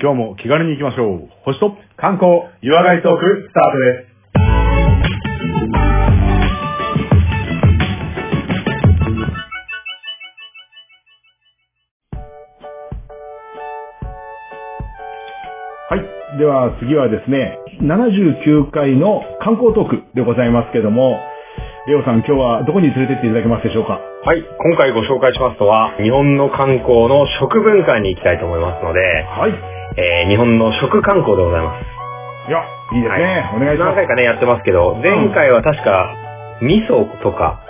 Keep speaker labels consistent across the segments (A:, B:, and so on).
A: 今日も気軽に行きましょう。星と
B: 観光、岩貝トーク、スタートです。
A: はい。では次はですね、79回の観光トークでございますけども、レオさん今日はどこに連れてっていただけますでしょうか
B: はい、今回ご紹介しますとは、日本の観光の食文化に行きたいと思いますので、
A: はい。い
B: えー、日本の食観光でございます。
A: や、いいですね。お願いしま
B: 何
A: す。
B: 回かね、やってますけど、前回は確か、味噌とか、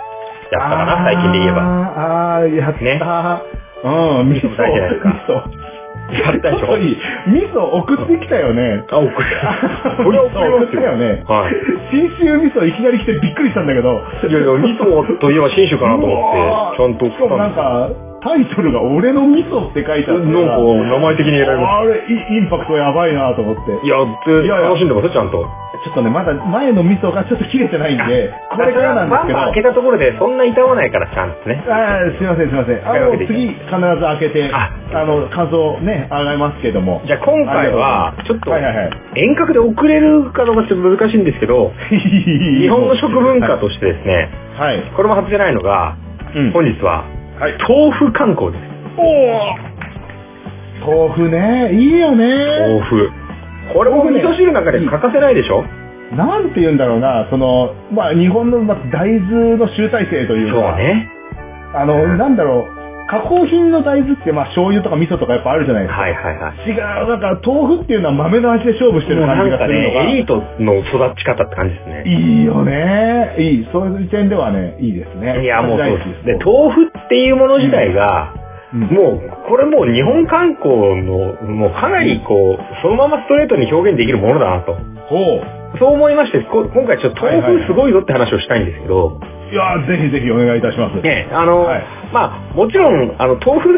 B: やったかな、最近で言えば。
A: ば。あー、やった。
B: ね
A: うん、味
B: 味噌
A: 噌、
B: も大事じゃないですかやったでし
A: 味噌。
B: ょ
A: そうに、味噌送ってきたよね。
B: あ、送る。 これは送りま
A: 送っ
B: す
A: た
B: よ。
A: よね。
B: はい。
A: 信州味噌いきなり来てびっくりしたんだけど。
B: いやいや、味噌といえば信州かなと思って、ちゃんと
A: しかもなんか、タイトルが俺の味噌って書いてあ
B: な
A: ってさ。
B: んか、名前的に選びま
A: あれ、イインパクトやばいなと思って。
B: す。いや、
A: いやいや
B: 楽しんでますちゃんと。
A: ちょっとね、まだ前の味噌がちょっと切れてないんで、これからなんですけど。
B: バンバン開けたところで、そんな傷まないから、ちゃんとね。
A: あーすいません、すいません。あの、
B: 使い分けて
A: 次
B: い
A: 必ず開けて、
B: あ
A: あの、感想ね、上がりますけども。
B: じゃあ今回は、ちょっと
A: はいはいはい。
B: 遠隔で送れるかどうかちょっと難しいんですけど、日
A: 日
B: 本の食文化としてですね、
A: はい。
B: これも外せないのが、
A: うん
B: 本日は、
A: はい。
B: 豆腐観光です。
A: 豆腐ね、いいよね。
B: 豆腐。これも味噌汁なんかで欠かせないでしょ
A: なんて言うんだろうな、その、まあ、日本の、まあ、大豆の集大成というか、
B: そうね。
A: あの、なんだろう、加工品の大豆って、まあ、醤油とか味噌とかやっぱあるじゃないですか。
B: はいはいはい。
A: 違う、なんか豆腐っていうのは豆の味で勝負してる
B: もうな
A: 感じ
B: ん
A: がす
B: か
A: るのが。
B: ね、エリートの育ち方って感じですね。
A: いいよね。いい。そういう点ではね、いいですね。
B: いや、もうそうです。で、
A: 豆
B: 豆腐っていうもの自体が、
A: うん
B: もう、これもう日本観光の、もうかなりこう、そのままストレートに表現できるものだなと。
A: 腐。
B: そう思いまして、こ今回ちょっと
A: はいはい
B: 豆
A: はい
B: 腐すごいぞって話をしたいんですけど、
A: いやーぜひぜひお願いいたします。
B: ね、あの、
A: はい
B: まあ、もちろん、あの、豆腐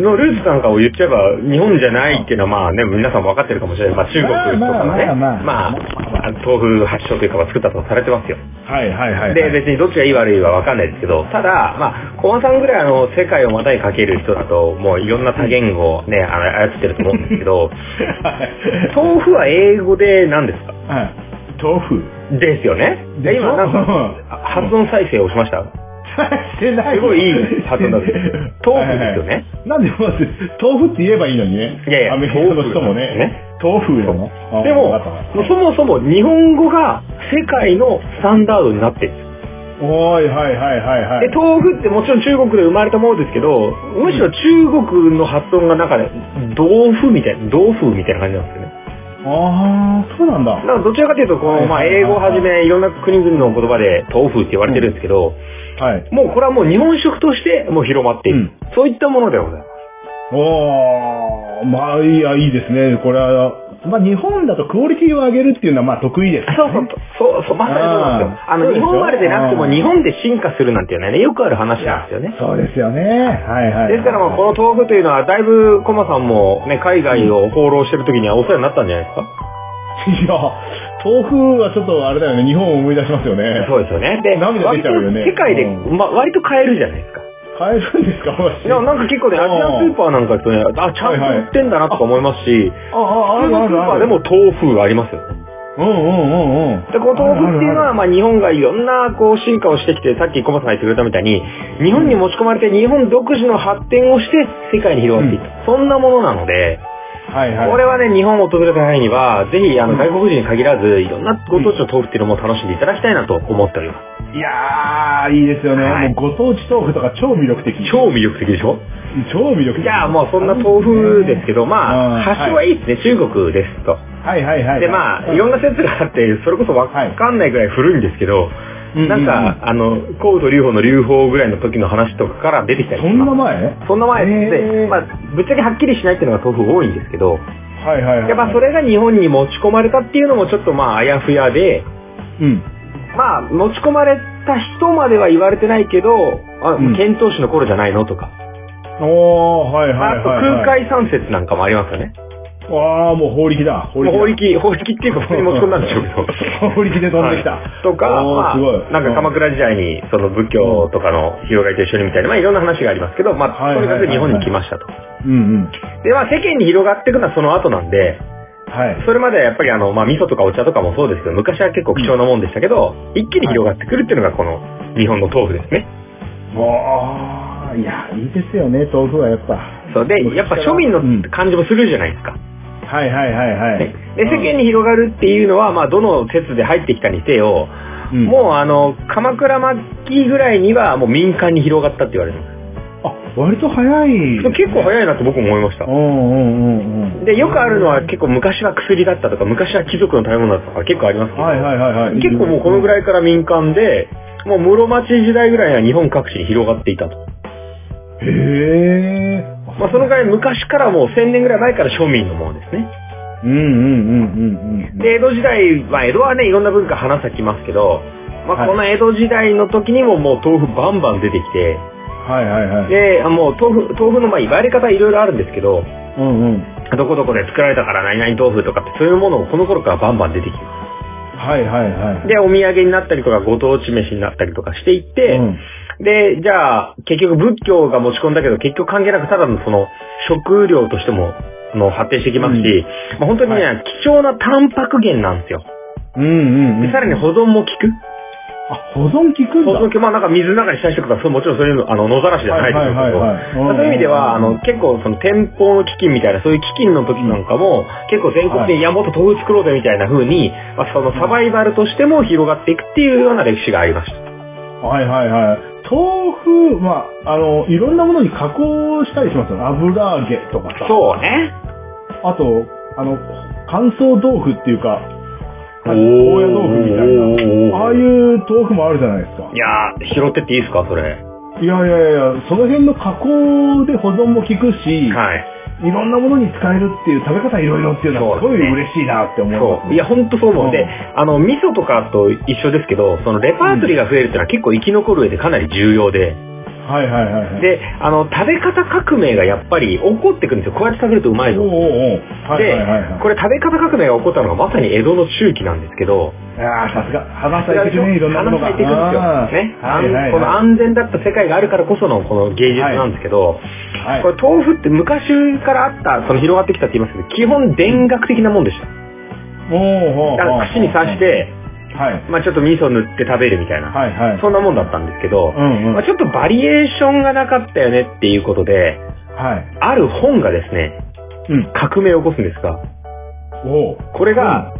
B: のルーツなんかを言っちゃえば、日本じゃないっていうのは、まあね、皆さんも分かってるかもしれない。まあ、中国とかね、
A: まあまあまあまあ
B: まあ豆腐発祥というか、まあ作ったとされてますよ。
A: はいはいはい。
B: で、別にどっちがいい悪いは分かんないですけど、ただ、まあ、コマさんぐらいあの、世界をまたにかける人だと、もういろんな多言語をね、あの操ってると思うんですけど、豆腐は英語で何ですか
A: はい。豆腐。
B: ですよね。
A: でし
B: で、
A: ょ
B: 今なんか、あ発音再生をしました
A: してない。
B: すごいいい発音だった。豆腐ですよ
A: はいはい
B: ね。
A: なんでまず、豆腐って言えばいいのにね。
B: いやいや
A: アメリカの人もね。豆腐なのあ
B: でも
A: わかった、
B: そもそも日本語が世界のスタンダードになってるんです
A: おーい、はいはいはいはい
B: で、。豆腐ってもちろん中国で生まれたものですけど、むしろ中国の発音が中で、豆腐みたいな、豆腐みたいな感じなんですよね。
A: あー、そうなんだ。
B: だからどちらかというと、こ
A: は
B: の、
A: い
B: ま
A: は
B: あ、
A: いはい
B: 英語をはじめ、いろんな国々の言葉で豆腐って言われてるんですけど、
A: はい。
B: もうこれはもう日本食としてもう広まっている。
A: うん
B: そういったものでございます。
A: おー、まあ、いや、いいですね。これは、まあ、日本だとクオリティを上げるっていうのは、まあ、得意です。
B: そうそう、そう、そう、まさにそうなんですよ。
A: あー
B: あ
A: そ
B: の、
A: うでし
B: 日
A: ょ
B: 本生まれでなくて
A: う
B: も
A: ん
B: 日本で進化するなんていうのはね、よくある話なんですよね。
A: そうですよね。はいはい。
B: ですからまあこの豆腐というのはだいぶコマさんもね、海外を放浪してる時にはお世話になったんじゃないですか、
A: いや、豆腐はちょっとあれだよね。日本を思い出しますよね。
B: そうですよね。で、
A: 涙出ち
B: 割と
A: ゃうよね
B: 世界で、
A: う
B: まあ、割と買えるじゃないですか。
A: 買えるんですか私
B: いや、なんか結構ね、
A: うん
B: アジアンスーパーなんか行くとね、あ、ちゃんと売ってんだなとか思いますし、
A: あ、あ、
B: 普通のスーパーでも豆腐ありますよね。
A: うんうんうんうん。
B: で、この豆腐っていうのは、まあ、日本がいろんな、こう、進化をしてきて、さっきコマさんが言ってくれたみたいに、日本に持ち込まれて、日本独自の発展をして、世界に広がっていった。そんなものなので、
A: はいはい。
B: これはね、日本を訪れた際には、ぜひ、あの、外国人に限らず、いろんなご当地の豆腐っていうのも楽しんでいただきたいなと思っておりま
A: いやー、いいですよね。
B: はい
A: もうご当地豆腐とか超魅力的。
B: す。超魅力的でしょ
A: 超魅力的。
B: じゃあ、もうそんな豆腐ですけど、
A: うん
B: まあ、発祥はいいですね、中国ですと。
A: はいはいはい。
B: で、まあ、
A: う
B: いろんな説があって、それこそわかんないぐらい古いんですけど、
A: うん
B: なん
A: うん
B: か、あの、コート流法の流法ぐらいの時の話とかから出てきたり
A: そ
B: し
A: んな
B: ます。
A: 前
B: そんな前
A: へ
B: で
A: ー、
B: まあ、ぶっちゃけはっきりしないっていうのが豆腐多いんですけど、
A: はいはいはい。
B: やっぱそれが日本に持ち込まれたっていうのもちょっとまあ、あやふやで、
A: うん。
B: まあ、持ち込まれた人までは言われてないけど、あ
A: うん、
B: 遣唐使の頃じゃないのとか、
A: おー、はいはい
B: あと
A: はい、はい。
B: 空海三節なんかもありますよね。
A: ああ、もう法力だ。法
B: もう
A: 力
B: 法
A: だ。
B: 力、法力っていうか普通に持ち込んだんでしょ うけど。
A: 法力で飛んできた。
B: はいとか、
A: おー
B: まあ
A: すごい。
B: なんか鎌
A: 倉。
B: 倉時代にその仏教とかの広がりと一緒にみたいな、まあいろんな話がありますけど、ま
A: は
B: あ
A: い
B: とにか
A: はい
B: く
A: はい
B: 日
A: はい
B: 本に来ましたと。
A: うんうん。
B: で、まあ世間に広がっていくのはその後なんで、
A: はい。
B: それまではやっぱりあの、まあ味噌とかお茶とかもそうですけど、昔は結構貴重なもんでしたけど、一気に広がってくるっていうのがこの日本の豆腐ですね。
A: ああ、いや、いいですよね、豆腐はやっぱ。
B: そうで、やっぱ庶民の
A: うん
B: 感じもするじゃないですか。
A: はいはいはいはい。
B: ねで、世間に広がるっていうのは、まあどの説で入ってきたにせよ、
A: うん、うん
B: もうあの、鎌倉末期ぐらいにはもう民間に広がったって言われてます。
A: あ、割と早い。
B: 結構早いなって僕も思いました
A: う。んうんうんうん。
B: で、よくあるのは結構昔は薬だったとか、昔は貴族の食べ物だったとか結構ありますけど、
A: はいはいはいはい。
B: 結構もうこの
A: い。
B: ぐらいから民間で、もう室町時代ぐらいには日本各地に広がっていたと。
A: へえ。
B: まあそのぐらい昔からもう1000年ぐらい前から庶民のものですね。
A: うんうんうんうんうん。
B: で、江戸時代、まあ江戸はね、いろんな文化花咲きますけど、ま
A: は
B: あ
A: い
B: この江戸時代の時にももう豆腐バンバン出てきて、
A: はいはいはい。
B: で、もう豆腐、豆腐のまあ言われ方いろいろあるんですけど、
A: うんうん。
B: どこどこで作られたから何々豆腐とかってそういうものをこの頃からバンバン出てきます。
A: はいはいはい。
B: で、お土産になったりとか、ご当地飯になったりとかしていって、
A: うん
B: で、じゃあ、結局仏教が持ち込んだけど、結局関係なくただのその、食料としても、の発展してきますし、
A: う
B: まあ本当にね、
A: は
B: 貴重なタンパク源なんですよ。
A: うんうんう
B: で
A: ん。
B: さらに保存も効く。
A: あ、保存効くんだ。
B: 保存効く、まあなんか水の中に浸しておくとか、そうもちろんそういうの、あの、野ざらしじゃないですけど、
A: はいはいはいはいうんうんうん
B: そういう意味では、あの、結構その天保の基金みたいな、そういう基金の時なんかも、結構全国
A: はい
B: で、いや、もっと豆腐作ろうぜみたいな風に、まあそのサバイバルとしても広がっていくっていうような歴史がありました。
A: はいはいはい。豆腐、まあ、あの、いろんなものに加工したりしますよね。油揚げとかさ。
B: そうね。
A: あと、あの、乾燥豆腐っていうか、
B: お
A: 高
B: ー
A: 野豆腐み
B: お
A: たい
B: ーおーおー
A: な。ああいう豆腐もあるじゃないですか
B: い。やー、拾ってっていいですか、それ。
A: いやいやいや、その辺の加工で保存も効くし、
B: はい。
A: いろんなものに使えるっていう、食べ方いろいろっていうのはす
B: そ
A: ごいう
B: ですね
A: 嬉しいなって思いま
B: そ
A: す
B: う。いや、ほんとそう思う。
A: う
B: で
A: ん、
B: あの、味噌とかと一緒ですけど、そのレパートリーが増えるってのは結構生き残る上でかなり重要で、
A: はいはいはいはい。
B: で、あの、食べ方革命がやっぱり起こってくるんですよ。こうやって食べるとうまい
A: おうおう
B: ぞ。
A: おうはい
B: で
A: はいはいはい。、
B: これ食べ方革命が起こったのがまさに江戸の中期なんですけど、
A: ああ、さすが。花咲いてるね、いろんなもの
B: 花
A: が。
B: 咲いていくんですよ。
A: あー
B: ね。あ
A: は
B: ん
A: いはい
B: この
A: は
B: 安全だった世界があるからこそのこの芸術なんですけど、
A: い。はい
B: これ豆腐って昔からあった、その広がってきたって言いますけど、基本田楽的なもんでした。
A: おう
B: だから串に刺し、て、
A: はい。
B: まあちょっと味噌塗って食べるみたいな、
A: はいはい。
B: そんなもんだったんですけど、
A: うんうん。は
B: まあちょっとバリエーションがなかったよねっていうことで、
A: い。
B: ある本がですね、
A: うん。
B: 革命を起こすんですが、
A: おう。
B: これが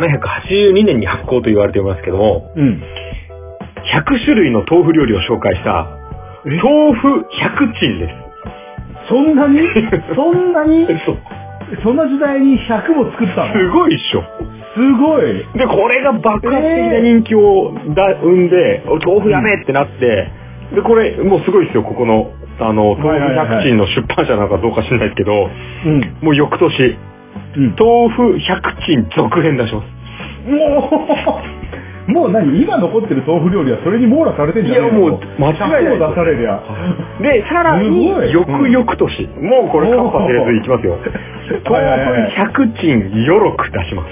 B: 1782年に発行と言われていますけども、
A: うん。
B: 100種類の豆腐料理を紹介した、
A: え
B: 豆腐100珍です。
A: そん なにそんなに
B: そう
A: そんな時代に100も作ったの
B: すごいっしょ。
A: すごい。
B: で、これが爆発的な人気をだ生んで、お豆腐やべえってなって、で、これ、もうすごいですよ、ここの、あの、
A: は
B: 豆
A: い
B: 腐
A: はいはい
B: 百珍の出版社なんかどうか知らないですけど、
A: うん。
B: もう翌年、
A: うん。
B: 豆腐百珍続編出します。
A: もう、もう何今残ってる豆腐料理はそれに網羅されてんじゃないの
B: いやもう間違いない
A: 100も出されりゃ。
B: で、さらに
A: すごい、
B: 翌々年、もうこれ、カッパ知れずいきますよ。
A: はいはいはい
B: 豆腐百珍よろく出します。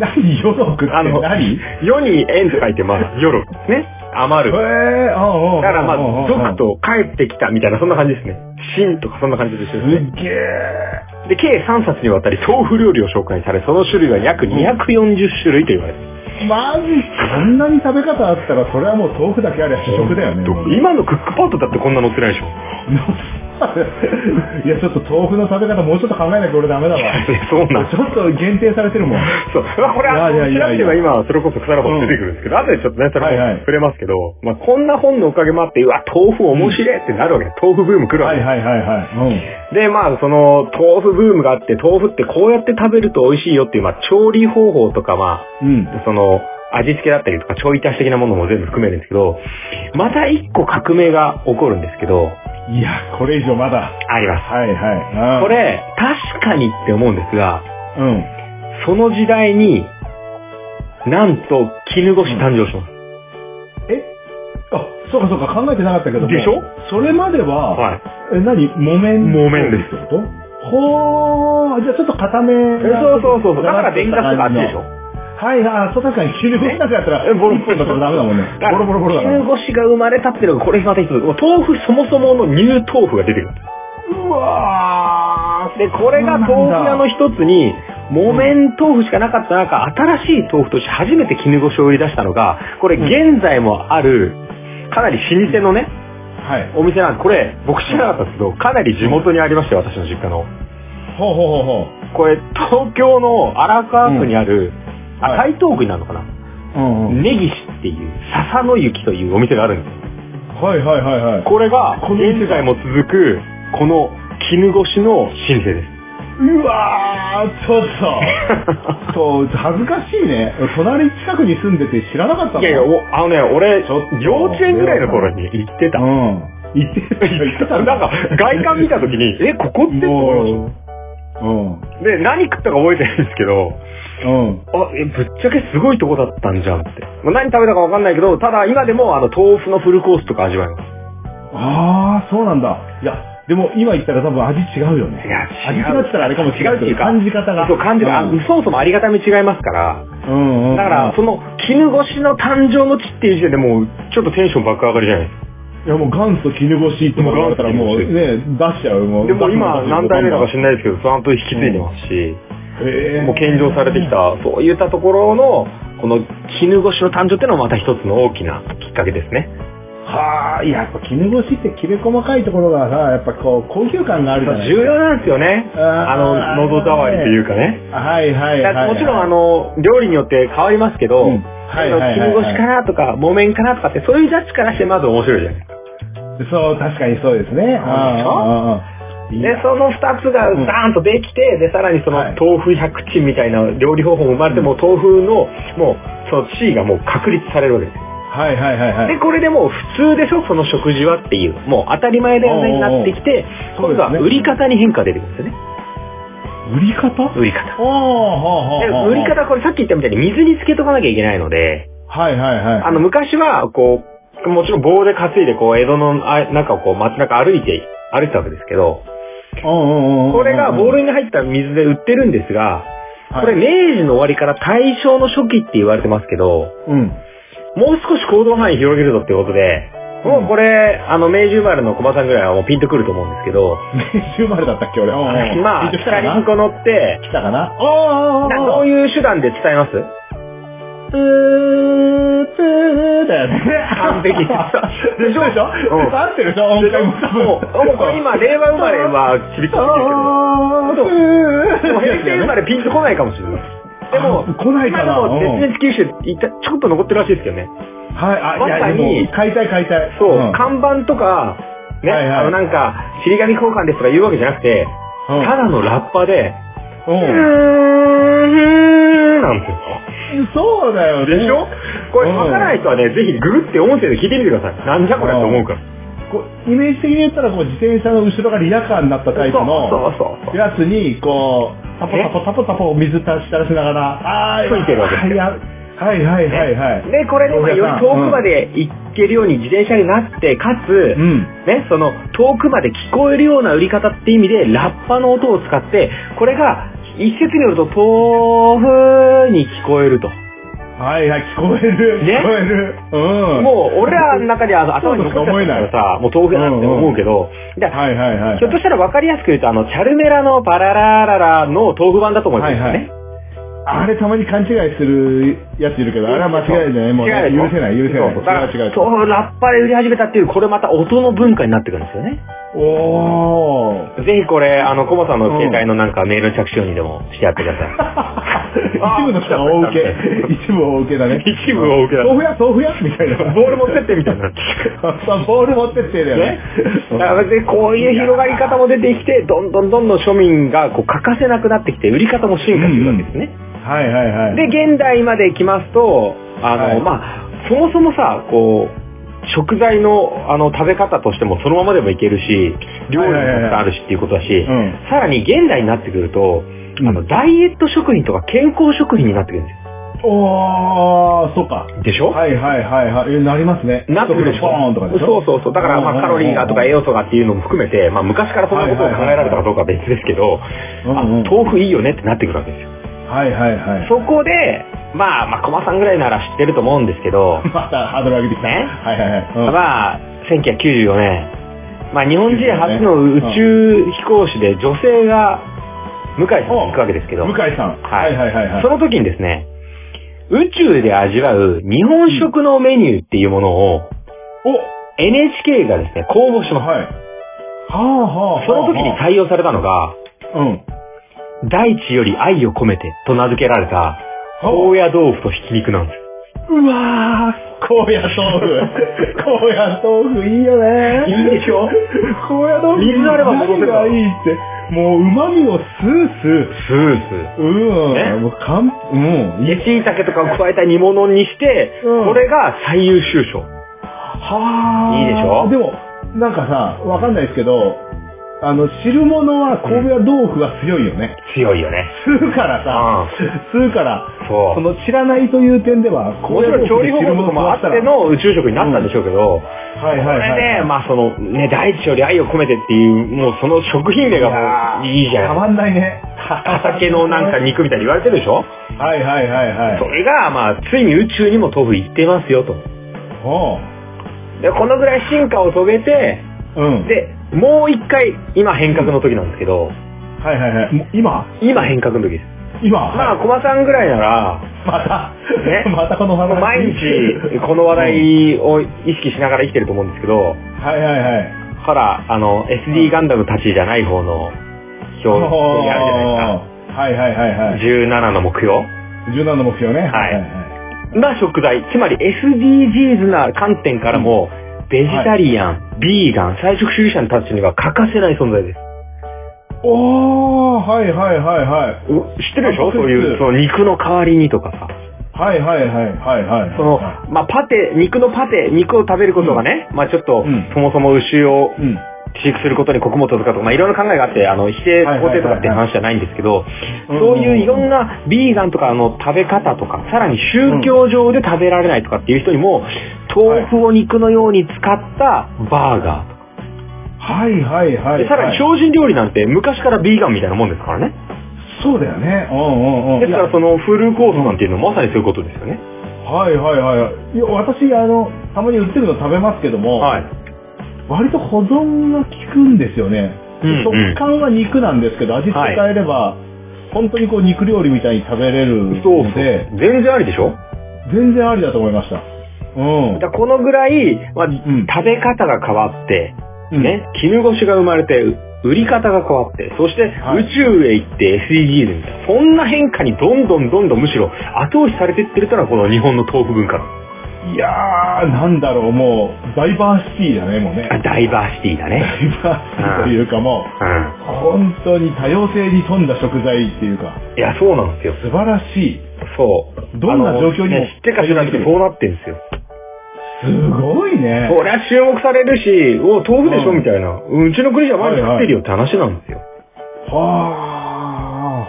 A: 何よろくって
B: あの
A: 何へ
B: 世に縁と書いて、まあ、よろくですね。余る。
A: えー、ああ、あ
B: だ
A: あ。
B: からま
A: あ
B: あ、
A: あ
B: 族。と帰ってきたみたいな、そんな感じですね。真とかそんな感じです
A: す
B: よね。
A: っげえ。
B: で、計3冊にわたり豆腐料理を紹介され、その種類は約240種類と言われてる。
A: マジこんなに食べ方あったら、それはもう豆腐だけありゃ主食だよね。 もう
B: 今のクックパッドだってこんな載ってないでしょ。
A: いや、ちょっと豆腐の食べ方もうちょっと考えなきゃ俺ダメだわ。
B: そうなん
A: ちょっと限定されて るもん。
B: そう。まあ、これは、
A: いやいやいや
B: 調べれば今、それこそ腐る本出てくるんですけど、後でちょっとね、そ
A: はいは
B: れ
A: い
B: も触れますけど、まあ、こんな本のおかげもあって、うわ、豆腐面白いってなるわけです。豆腐ブーム来るわ
A: は
B: け
A: い
B: です。
A: はいはいはい。
B: で、まあ、その、豆腐ブームがあって、豆腐ってこうやって食べると美味しいよっていう、まあ、調理方法とか、ま
A: う
B: あ、
A: ん。うん。
B: その、味付けだったりとか、調理足し的なものも全部含めるんですけど、また一個革命が起こるんですけど、
A: いや、これ以上まだ。
B: あります。
A: はいはい。
B: こ。れ、確かにって思うんですが、
A: うん。
B: その時代に、なんと、絹ごし誕生します。
A: えあ、そうかそうか、考えてなかったけども
B: でしょ
A: それまでは、
B: はい。
A: え、何木綿
B: 木綿で
A: っ
B: す
A: てことほー、じゃあちょっと固めな。
B: そうそうそうそう。だから電ガスとかあっちでしょ。
A: はい、あーそう確か に、キルゴなんかやったら、ボロボロだったらダメだもんね。ボロボロボロだから。
B: 絹ごしが生まれたっていうのがこれまた一つ。もう豆腐そもそもの乳豆腐が出てくる。
A: うわー。
B: で、これが豆腐屋の一つに、木綿豆腐しかなかった中、新しい豆腐として初めて絹ごしを売り出したのが、これ現在もある、かなり老舗のね、
A: はい。
B: お店なんです。これ、僕知らなかったんですけど、かなり地元にありまして、私の実家の。
A: ほうほうほうほう。
B: これ、東京の荒川区にある、
A: うん
B: あ、
A: は
B: 台東区になるのかな、
A: うんうん。
B: 根岸っていう、笹の雪というお店があるんですよ。
A: はいはいはいはい。
B: これが、現在も続く、この絹ごしの老舗です。
A: うわー、ちょっと。そう、恥ずかしいね。隣近くに住んでて知らなかったもん
B: いやいや、おあのね、俺
A: ちょっと、
B: 幼稚園ぐらいの頃に行ってた。
A: うん。言ってた、言ってた
B: なんか、外観見た 時に、え、ここって思い
A: もう、う
B: ま
A: ん。
B: したで、何食ったか覚えてないんですけど、
A: うん。
B: あ、え、ぶっちゃけすごいとこだったんじゃんって。まあ、何食べたかわかんないけど、ただ今でも、あの、豆腐のフルコースとか味わえます。
A: あー、そうなんだ。いや、でも今言ったら多分味違うよね。
B: いや
A: 味違うって言ったらあれかもしれないけど
B: 違うっていうか
A: 感じ方が。
B: そう、感じる、あ
A: うん、
B: そもそもありがたみ違いますから、
A: うんうん。
B: だから、、その、絹ごしの誕生の地っていう時点でもう、ちょっとテンション爆上がりじゃないですか。
A: いやもう元祖絹ごしってもらったらもうね、出しちゃう。もう
B: でも今、何代目だか知らないですけど、ちゃんと引き継いでますし、
A: へー
B: もう献上されてきた、そういったところの、この絹ごしの誕生っていうのもまた一つの大きなきっかけですね。
A: はあ、いや、やっぱ絹ごしってきめ細かいところがさ、やっぱこう、高級感があるじゃない
B: 重要なんですよね。
A: あー
B: あの、喉触りというかね。
A: はいはいはい、
B: だから
A: はい。
B: もちろん、あ、の、料理によって変わりますけど、
A: うん
B: あ
A: はい
B: の
A: はいはい
B: 絹ごしかなとか、木綿かなとかって、そういうジャッジからしてまず面白いじゃないですか。
A: そう、確かにそうですね。あーあーあーいい
B: で、その二つが
A: うん
B: ダーンとできて、で、さらにその
A: はい
B: 豆腐百珍みたいな料理方法も生まれて、もう豆腐の、もう、その地位がもう確立されるわけですよ。
A: はいはいはいは
B: で、
A: い。
B: これでもう普通でしょ、その食事はっていう。もう当たり前だよねになってきて、
A: おー
B: 今度は
A: そうですね
B: 売り方に変化出てくるんですよね。
A: 売り方
B: 売り方。
A: おー、は
B: で
A: あ、はあ、
B: 売り方、これさっき言ったみたいに水につけとかなきゃいけないので、
A: はいはいはい。
B: あの、昔は、こう、もちろん棒で担いで、こう、江戸のあ中をこう、街中歩いて、歩いてたわけですけど、
A: うんうんうんうん、
B: これがボールに入った水で売ってるんですが、
A: はい
B: これ明治の終わりから大正の初期って言われてますけど、
A: うん。
B: もう少し行動範囲広げるぞってことで、もうこれ、あの、明治生まれの小馬さんぐらいはもうピンとくると思うんですけど、
A: 明治生まれだったっけ、俺。うんうん
B: まあ、
A: ピンときたか
B: 光
A: な
B: にこ乗って、
A: 来たかなあーあー
B: な
A: あー、
B: どういう手段で伝 えます
A: プー、プーだよね。
B: 完璧
A: でしょでしょ、
B: うん
A: 合ってるでしょ音階も多分。
B: もう、もうこれ今、令和生まれはちびっこい
A: あー、プー。
B: けど、でも平成生まれピンとこないかもしれない。でも、
A: あ来ないかな
B: 今でも、絶滅九州っていったちょっと残ってるらしいですけどね。
A: はい、あ、い
B: まさ
A: や、で
B: に
A: も、買いたい買いたい。
B: そう、
A: ん
B: 看板とか、ね、
A: はいはい
B: あのなんか、尻紙交換ですとか言うわけじゃなくて、
A: うん
B: ただのラッパで、うー
A: う
B: ん、
A: ん
B: うーんなんですよ。
A: そうだよね。
B: でしょこれ、
A: うん
B: わからない人はね、ぜひググって音声で聞いてみてください。なんじゃこれって思うから。
A: こうイメージ的に言ったら、こう、自転車の後ろがリヤカーになったタイプの
B: そうそうそうそう。
A: やつに、こう、タポタポタポタポ水垂らし垂らしながら、あー、
B: 吹いてるわけですよ
A: はいはいはいはいはい。
B: で、これで、まあより遠くまで行けるように自転車になって、かつ、
A: うん。
B: ね、その、遠くまで聞こえるような売り方って意味で、ラッパの音を使って、これが、一説によると、豆腐に聞こえると。
A: はいはい、聞こえる。
B: ね
A: 聞こえる。うん。
B: もう、俺らの中ではあの頭に残っちゃったからさ、もう豆腐だなって思うけど、じゃあ
A: はいはいはい。
B: ひょっとしたら分かりやすく言うと、あの、チャルメラのバララララの豆腐版だと思いますよね。
A: はいはいあれたまに勘違いするやついるけど、あれは間違いじゃない。もうね、
B: 違でしょ
A: 許せない、許せない。
B: そうそうだから
A: 違う違う。
B: そう、ラッパで売り始めたっていう、これまた音の文化になってくるんですよね。
A: おー。
B: ぜひこれ、あの、コモさんの携帯のなんかメールの着信音にでもしてやってくださ
A: 一部の人が大受け。一部大受けだね。
B: 一部大受けだ
A: 豆腐屋、豆腐屋みたい
B: い。
A: な。
B: ボール持ってってみたいな。ね。
A: そう ボール持ってってだよね。
B: だから別にこういう広がり方も出てきて、どんどんどんどん庶民がこう欠かせなくなってきて、売り方も進化するわけですね。
A: はいはいはい。
B: で、現代まで行きますと、あの、
A: はい
B: まあ、そもそもさ、こう、食材の、あの、食べ方としてもそのままでもいけるし、料理もたくさんあるしっていうことだし、
A: ん
B: さらに現代になってくると、あ
A: う
B: の、
A: ん
B: ダイエット食品とか健康食品になってくるんですよ。
A: おー、そっか。
B: でしょ
A: はいはいはいはい。えなりますね。
B: なってくるでし
A: ポ
B: ょ
A: ーンとかでしょ
B: そうそうそう。だから、まあ、カロリーがとか栄養素がっていうのも含めて、まあ、昔からそんなことを考えられたかどうかは別ですけど、
A: うん
B: あ
A: うん
B: 豆腐いいよねってなってくるわけですよ。
A: はいはいはい。、
B: そこで、まあ、まあ、駒さんぐらいなら知ってると思うんですけど
A: またハードル上げてきた。
B: ね
A: はいはいはい。うん
B: まあ、1994年、まあ、日本人初の宇宙飛行士で女性が、向井さんに行くわけですけど、
A: 向井さん。は
B: はいい
A: はいはいはい。
B: その時にですね、宇宙で味わう日本食のメニューっていうものを
A: お
B: NHK がですね、公募します。
A: はい。はあはあはあ。
B: その時に採用されたのが、
A: うん。
B: 大地より愛を込めてと名付けられた、高野豆腐とひき肉なんです。
A: うわー、高野豆 腐。高野豆腐いいよね。
B: いいでしょ
A: 高野豆腐。
B: 水あれば戻せる
A: 何がいいって。もう旨味をスースー。
B: スー
A: う
B: ね
A: ん。もうかん、うん。
B: ス。
A: い
B: で、椎茸とかを加えた煮物にして、
A: うん
B: これが最優秀賞。
A: はー
B: いいでしょ
A: でも、なんかさ、わかんないですけど、あの、汁物は神戸は豆腐が強いよね。
B: 強いよね。
A: 吸うからさ、吸うから、
B: そう。
A: その知らないという点では、
B: もちろん調理方法とかもあっての宇宙食になったんでしょうけど、
A: はいはい
B: そ
A: はい。
B: れで、まあその、ね、大地より愛を込めてっていう、もうその食品名がもういいじ
A: た
B: ゃん。
A: まんないね。
B: 畑のなんか肉みたいに言われてるでし
A: は
B: ょ
A: いはいはいはい。
B: それが、まあ、ついに宇宙にも豆腐行ってますよと。
A: おう
B: で、このぐらい進化を遂げて、
A: うん。
B: で、もう一回、今変革の時なんですけど、
A: はいはいはい。もう今
B: 今変革の時です。
A: 今
B: まあ、
A: はい
B: 駒さんぐらいなら、
A: また、
B: ね
A: またこの
B: もう
A: 話。
B: 毎日、この話題を意識しながら生きてると思うんですけど、
A: はいはいはい。
B: から、あの、SD ガンダムたちじゃない方の表
A: お
B: にあるじゃないですか。
A: ーはいはいはいはい。
B: 17の目標
A: 柔軟の目標ね。
B: はい
A: は
B: な食材、つまり SDGs な観点からも、ベジタリアン、ビーガン、菜食主義者たちには欠かせない存在です。
A: い。おー、はいはいはいはい。
B: お知ってるでしょ
A: あそう
B: そうい
A: です
B: う、その肉の代わりにとかさ。
A: はいはいはいはいはい。
B: その
A: は、
B: まあ、パテ、肉のパテ、肉を食べることがね、まあ、ちょっと、
A: うん
B: そもそも牛を
A: いうん。
B: 飼育することに穀物とかとか、まあ、いろんな考えがあって、あの、否
A: は
B: 定、
A: いはいはいはい
B: 肯定とかって話じゃないんですけど、
A: うん
B: そういういろんなビーガンとかあの食べ方とか、さらに宗教上で食べられないとかっていう人にも、豆腐を肉のように使ったバーガーとか、
A: はいはいはい、はい。
B: でさらに精進料理なんて昔からビーガンみたいなもんですからね。
A: そうだよね。うんうんうん。
B: ですからそのフルコースなんていうのはまさにそういうことですよね。
A: はいはいはい。いや私、あの、たまに売ってるの食べますけども、
B: はい。
A: 割と保存が効くんですよね。
B: うんうん
A: 食感は肉なんですけど、味付け変えれば、本当にこう肉料理みたいに食べれるので、
B: そうそう。全然ありでしょ
A: 全然ありだと思いました。うん
B: だか。らこのぐらい、まあ
A: ん
B: 食べ方が変わって、
A: うん
B: ね、絹ごしが生まれて、う売り方が変わって、そして
A: はい
B: 宇宙へ行って SDGs みたいな、そんな変化にどんどんどんどんむしろ後押しされていってるってのはこの日本の豆腐文化の
A: いやー、なんだろう、もう、ダイバーシティだね、もうね。
B: あダイバーシティだ
A: ダ
B: ね。
A: イバーシティというかもう、
B: うん。
A: 本当に多様性に富んだ食材っていうか、
B: いや、そうなんですよ。
A: 素晴らしい。
B: そう。
A: どんな
B: あの
A: 状況にも
B: ね知ってか知らなくてそうなってんですよ。
A: すごいね。
B: そりゃ注目されるし、お豆腐でしょ
A: うん
B: みたいな。うちの国じゃ毎日食ってるよって話なんですよ。
A: はあ。